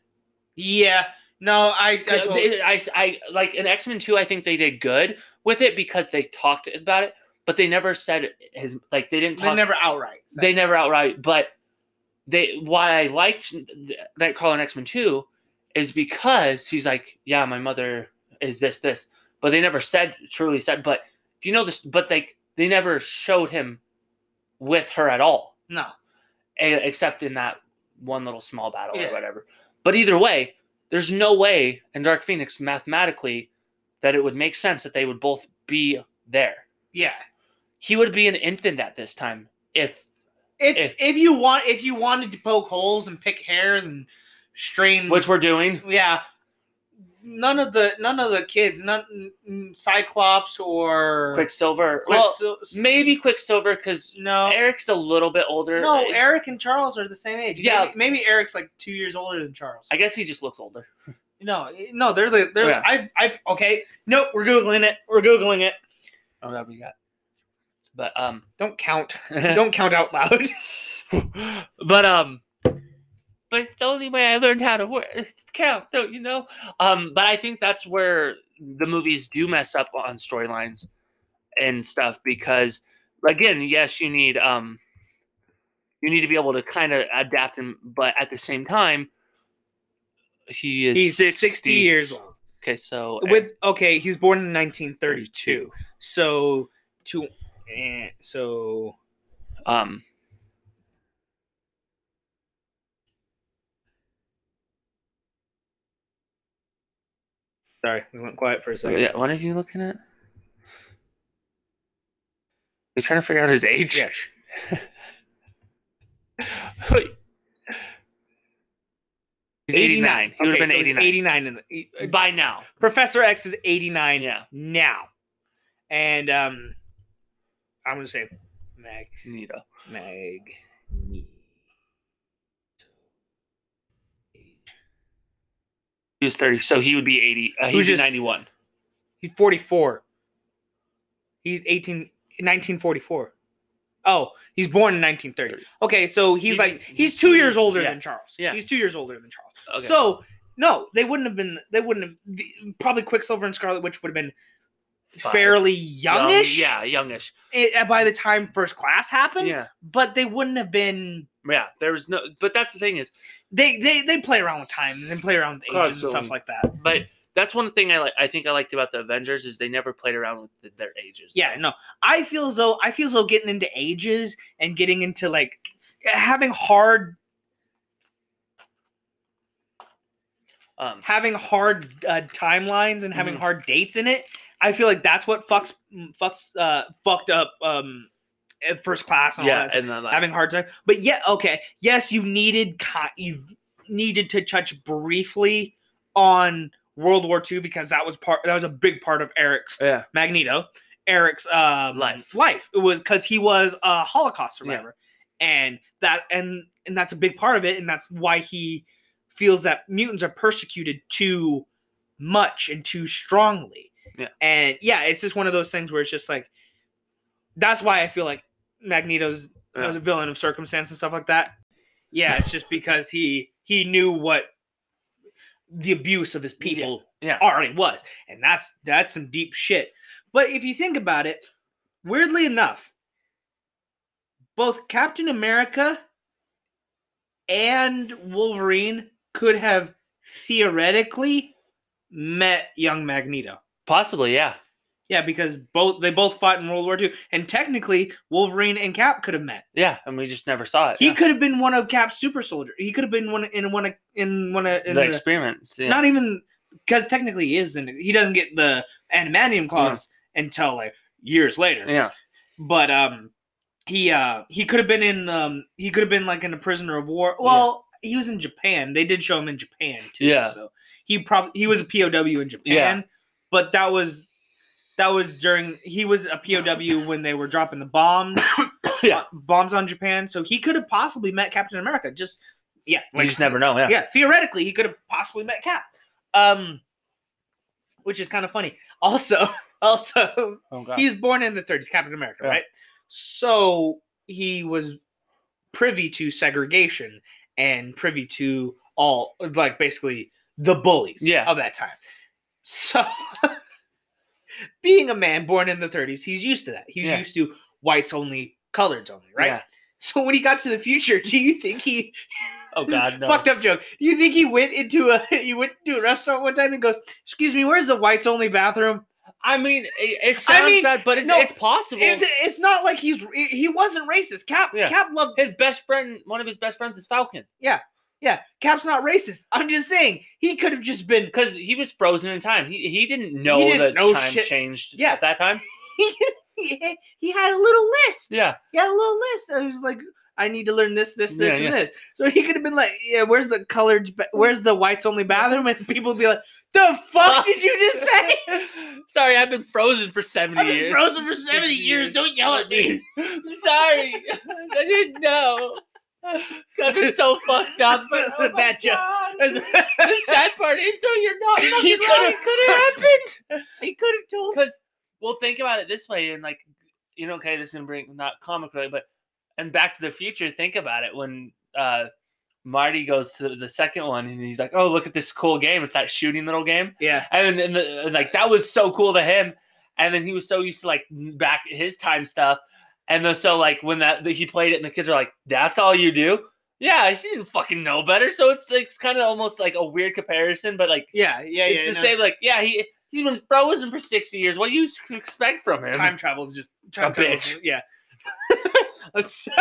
S1: Yeah. No, I. I told-
S2: I, I like in X Men Two. I think they did good with it because they talked about it, but they never said his like they didn't
S1: they
S2: talk.
S1: never outright. said
S2: they never outright. But they why I liked Nightcrawler in X Men Two is because he's like, yeah, my mother is this this, but they never said truly said. But if you know this, but they they never showed him with her at all
S1: no.
S2: eh, except in that one little small battle
S1: Yeah.
S2: or whatever. But either way, there's no way in Dark Phoenix mathematically that it would make sense that they would both be there.
S1: Yeah.
S2: He would be an infant at this time if
S1: It's,
S2: If-
S1: if, you want, if you wanted to poke holes and pick hairs and strain,
S2: which we're doing.
S1: yeah, none of the none of the kids, none mm, Cyclops or
S2: Quicksilver. well,
S1: Quicksil-
S2: maybe Quicksilver because
S1: no,
S2: Eric's a little bit older.
S1: no.
S2: I-
S1: Eric and Charles are the same age.
S2: eh, Yeah.
S1: maybe, maybe Eric's like two years older than Charles.
S2: I guess he just looks older.
S1: no, eh, no, they're the they're.
S2: Oh, Yeah.
S1: the I've I've okay. Nope, we're googling it. We're googling it.
S2: Oh, that we got. But um,
S1: Don't count.
S2: (laughs)
S1: Don't count out loud.
S2: (gasps) but um but it's the only way I learned how to work count, don't you know? Um, but I think that's where the movies do mess up on storylines and stuff because again, yes, you need um you need to be able to kind of adapt him, but at the same time, he is
S1: He's
S2: 60.
S1: 60 years old.
S2: Okay, so
S1: With okay, he's born in 1932. So to eh, so
S2: um
S1: sorry, we went quiet for a second.
S2: yeah, what are you looking at? You're trying to figure out his age?
S1: Yeah. (laughs)
S2: Wait. He's 89. He would
S1: Okay,
S2: have
S1: so
S2: been
S1: he's
S2: 89.
S1: 89 in the, eh,
S2: By now.
S1: Professor X is 89
S2: Yeah.
S1: now. And um I'm going to say Mag
S2: Nito.
S1: Mag
S2: He was 30, so he would be 80. Uh, he
S1: Who's
S2: would be
S1: just-
S2: 91.
S1: He's 44. He's 18 1944. Oh, he's born in 1930. Okay, so he's
S2: He-
S1: like
S2: he's
S1: he's 2
S2: two
S1: years
S2: years-
S1: older
S2: yeah.
S1: than Charles.
S2: Yeah.
S1: He's 2 years older than Charles.
S2: Okay.
S1: So no, they wouldn't have been. They wouldn't have. the- Probably Quicksilver and Scarlet Witch would have been
S2: Five.
S1: fairly
S2: Young-
S1: youngish.
S2: yeah, youngish.
S1: i- uh, by the time First Class happened,
S2: Yeah.
S1: but they wouldn't have been.
S2: Yeah. There was no. But that's the thing is,
S1: They they they play around with time and then play around with ages and
S2: Constantly.
S1: stuff like that.
S2: but that's one thing I like. I think I liked about the Avengers is they never played around with the, their ages.
S1: Yeah, no, I feel as though I feel as though getting into ages and getting into like having hard
S2: Um,
S1: having hard uh, timelines and having
S2: Mhm.
S1: hard dates in it. I feel like that's what fucks fucks uh, fucked up um, First Class and all
S2: yeah.
S1: that.
S2: And then like,
S1: having a hard time. But yeah, okay, yes, you needed co- you needed to touch briefly on World War II because that was part that was a big part of Eric's
S2: yeah.
S1: Magneto, Eric's um,
S2: Life.
S1: Life it was because he was a Holocaust survivor, and that and and that's a big part of it, and that's why he feels that mutants are persecuted too much and too strongly.
S2: Yeah.
S1: And yeah, it's just one of those things where it's just like that's why I feel like Magneto's
S2: Yeah.
S1: was a villain of circumstance and stuff like that. Yeah, it's just because he he knew what the abuse of his people
S2: Yeah.
S1: already was, and that's that's some deep shit. But if you think about it, weirdly enough, both Captain America and Wolverine could have theoretically met young Magneto.
S2: Possibly, yeah.
S1: Yeah, because both they both fought in World War II, and technically Wolverine and Cap could have met.
S2: Yeah. And we just never saw it.
S1: He
S2: yeah.
S1: could have been one of Cap's super soldier. He could have been one in one of, in one of in
S2: the
S1: the-
S2: experiments. Yeah.
S1: not even because technically he is in he doesn't get the animanium clause until like years later.
S2: yeah.
S1: But um, he uh he could have been in um he could have been like in a prisoner of war. Well, he was in Japan. They did show him in Japan too.
S2: Yeah.
S1: So he probably he was a POW in Japan. But that was that was during he was a POW when they were dropping the bombs
S2: (coughs) Yeah.
S1: on- bombs on Japan. So he could have possibly met Captain America. Just yeah,
S2: We just never know. Yeah.
S1: yeah. theoretically he could have possibly met Cap. Um, which is kind of funny. (laughs) Also, also
S2: Oh, God.
S1: he was born in the 30s, Captain America,
S2: Yeah.
S1: right? So he was privy to segregation and privy to all like basically the bullies
S2: Yeah.
S1: of that time. So (laughs) being a man born in the 30s, he's used to that. He's
S2: Yeah.
S1: used to whites only, coloreds only, right?
S2: Yeah.
S1: So when he got to the future, (laughs) do you think he
S2: Oh, God. No.
S1: fucked up joke? Do you think he went into a (laughs) he went to a restaurant one time and goes, "Excuse me, where's the whites only bathroom?"
S2: I mean, it, it
S1: I
S2: sounds
S1: mean,
S2: bad, but it's,
S1: no,
S2: it's possible.
S1: It's, it's not like he's he wasn't racist. Cap
S2: Yeah.
S1: Cap loved
S2: his best friend, one of his best friends, is Falcon.
S1: Yeah. Yeah, Cap's not racist. I'm just saying he could have just been. (laughs)
S2: because he was frozen in time. He he didn't know
S1: didn't
S2: that
S1: know
S2: time
S1: shit.
S2: changed
S1: Yeah.
S2: at that (laughs) time.
S1: he he had a little list.
S2: Yeah,
S1: He had a little list. I was like, I need to learn this, this, this,
S2: Yeah,
S1: and
S2: yeah.
S1: this. So he could have been like, Yeah, where's the colored? ba- Where's the whites only bathroom? And people would be like, The fuck did you just say?
S2: (laughs) Sorry, I've been frozen for 70
S1: I've been
S2: years.
S1: frozen
S2: (laughs)
S1: for 70 years.
S2: Don't yell at (laughs) me. Sorry. (laughs) I didn't know. I've been so fucked up. (laughs) But, oh my
S1: Bad joke.
S2: God. (laughs) The sad part is, though, you're not fucking
S1: He
S2: (laughs) he
S1: could've-
S2: right. (laughs) Could have happened.
S1: (laughs) he could have told.
S2: Because, well, think about it this way. And, like, you know, okay, this is going to bring not comic really, but, and Back to the Future, think about it when, uh, Marty goes to the second one and he's like, "Oh, look at this cool game! It's that shooting little game."
S1: Yeah,
S2: and, and, the, and like that was so cool to him and then he was so used to like back his time stuff and then so like when that he played it and the kids are like that's all you do yeah he didn't fucking know better so it's like, it's kind of almost like a weird comparison but like
S1: yeah, yeah,
S2: it's
S1: yeah.
S2: the
S1: no.
S2: same like yeah he he's been frozen for 60 years what do you s- expect from him
S1: Time travel is just time
S2: A
S1: travel is
S2: bitch.
S1: just-
S2: (laughs)
S1: Yeah.
S2: where's
S1: (laughs)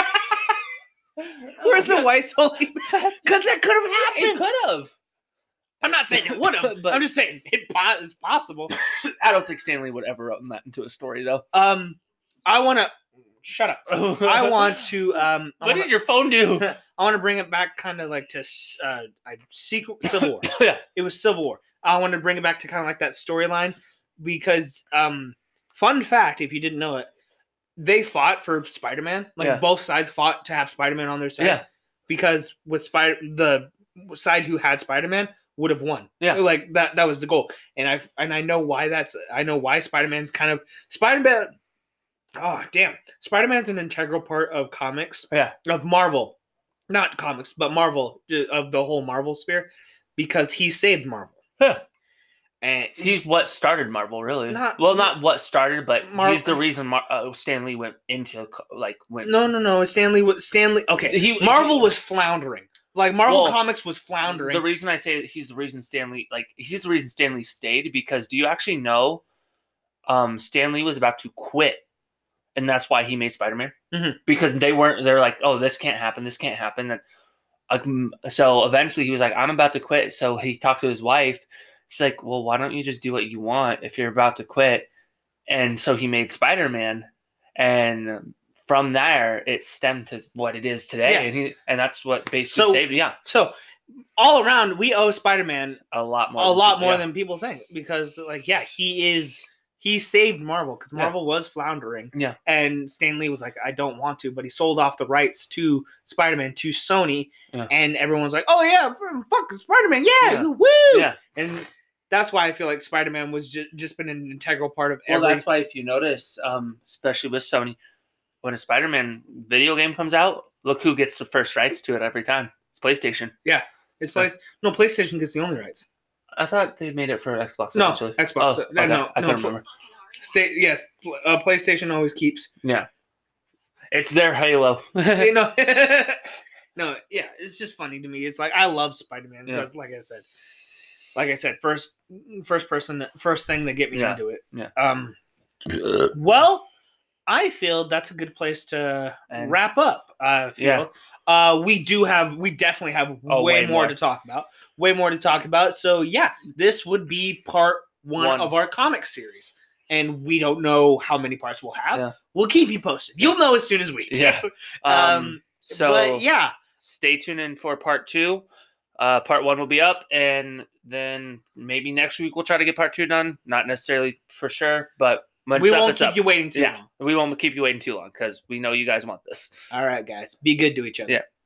S1: Where's the whites only?
S2: (laughs)
S1: Because that could have happened.
S2: it could have
S1: I'm not saying it would have.
S2: (laughs) But-
S1: I'm just saying it po- it's possible.
S2: i don't think stanley would ever open that into a story though
S1: Um, I want to shut up. (laughs)
S2: (laughs)
S1: I want to. Um, I
S2: what
S1: wanna-
S2: did your phone do
S1: (laughs) I want to bring it back, kind of like to s- uh, I
S2: (laughs)
S1: secret Civil War.
S2: yeah
S1: It was Civil War. I want to bring it back to kind of like that storyline because, um, fun fact, if you didn't know it, they fought for Spider-Man. Like
S2: Yeah.
S1: both sides fought to have Spider-Man on their side.
S2: yeah
S1: because with Spider the side who had Spider Man would have won.
S2: Yeah.
S1: like that that was the goal, and I and I know why that's I know why Spider Man's kind of Spider Man. Oh damn, Spider Man's an integral part of comics.
S2: Yeah.
S1: of Marvel, not comics, but Marvel uh, of the whole Marvel sphere, because he saved Marvel.
S2: Yeah.
S1: And
S2: he's what started Marvel, really.
S1: Not-
S2: well, not what started, but
S1: Mar-
S2: he's the reason Mar- uh, Stan Lee went into co- like went.
S1: no, no, no, Stanley was Stanley. Okay,
S2: he
S1: Marvel was floundering. Like Marvel
S2: Well,
S1: Comics was floundering.
S2: The reason I say that he's the reason Stanley like he's the reason Stanley stayed because do you actually know, um, Stanley was about to quit, and that's why he made Spider Man
S1: Mhm.
S2: because they weren't. They're like, oh, this can't happen. This can't happen. And, like, mm, so eventually he was like, I'm about to quit. So he talked to his wife. She's like, well, why don't you just do what you want if you're about to quit? And so he made Spider Man, and from there it stemmed to what it is today.
S1: Yeah.
S2: And he and that's what basically
S1: So-
S2: saved. Yeah.
S1: so all around, we owe Spider Man
S2: a lot more.
S1: a lot more
S2: yeah.
S1: than people think because like yeah he is he saved marvel because
S2: Yeah.
S1: marvel was floundering
S2: Yeah.
S1: and stan lee was like i don't want to but he sold off the rights to spider-man to sony
S2: Yeah.
S1: and everyone's like oh yeah f- fuck spider-man yeah,
S2: Yeah.
S1: woo
S2: Yeah.
S1: and that's why i feel like spider-man was just, just been an integral part of
S2: Well,
S1: every
S2: that's why if you notice, um, especially with Sony, when a Spider-Man video game comes out, look who gets the first rights to it every time. It's PlayStation.
S1: it's place no playstation gets the only rights
S2: I thought they made it for Xbox.
S1: No,
S2: eventually.
S1: Xbox.
S2: Oh,
S1: No,
S2: okay.
S1: no,
S2: I
S1: no,
S2: couldn't remember.
S1: Stay, yes pl- uh, playstation always keeps
S2: It's their (laughs) Halo.
S1: (laughs) you know no yeah it's just funny to me it's like i love spider-man
S2: Yeah.
S1: because like i said like i said first first person first thing that get me
S2: Yeah,
S1: into it
S2: yeah.
S1: um well i feel that's a good place to
S2: And-
S1: wrap up uh,
S2: Yeah.
S1: feel. uh we do have we definitely have
S2: Oh,
S1: way,
S2: way
S1: more,
S2: more.
S1: to talk about way more to talk about so yeah this would be part one,
S2: One.
S1: of our comic series and we don't know how many parts we'll have
S2: Yeah.
S1: we'll keep you posted you'll know as soon as we do
S2: Yeah.
S1: um
S2: Um, so
S1: but yeah
S2: stay tuned in for part two. Uh, part one will be up, and then maybe next week we'll try to get part two done. Not necessarily for sure, but when
S1: we
S2: it's up,
S1: won't
S2: it's
S1: keep
S2: up.
S1: you waiting too
S2: Yeah.
S1: long.
S2: We won't keep you waiting too long because we know you guys want this.
S1: All right, guys. Be good to each other.
S2: Yeah.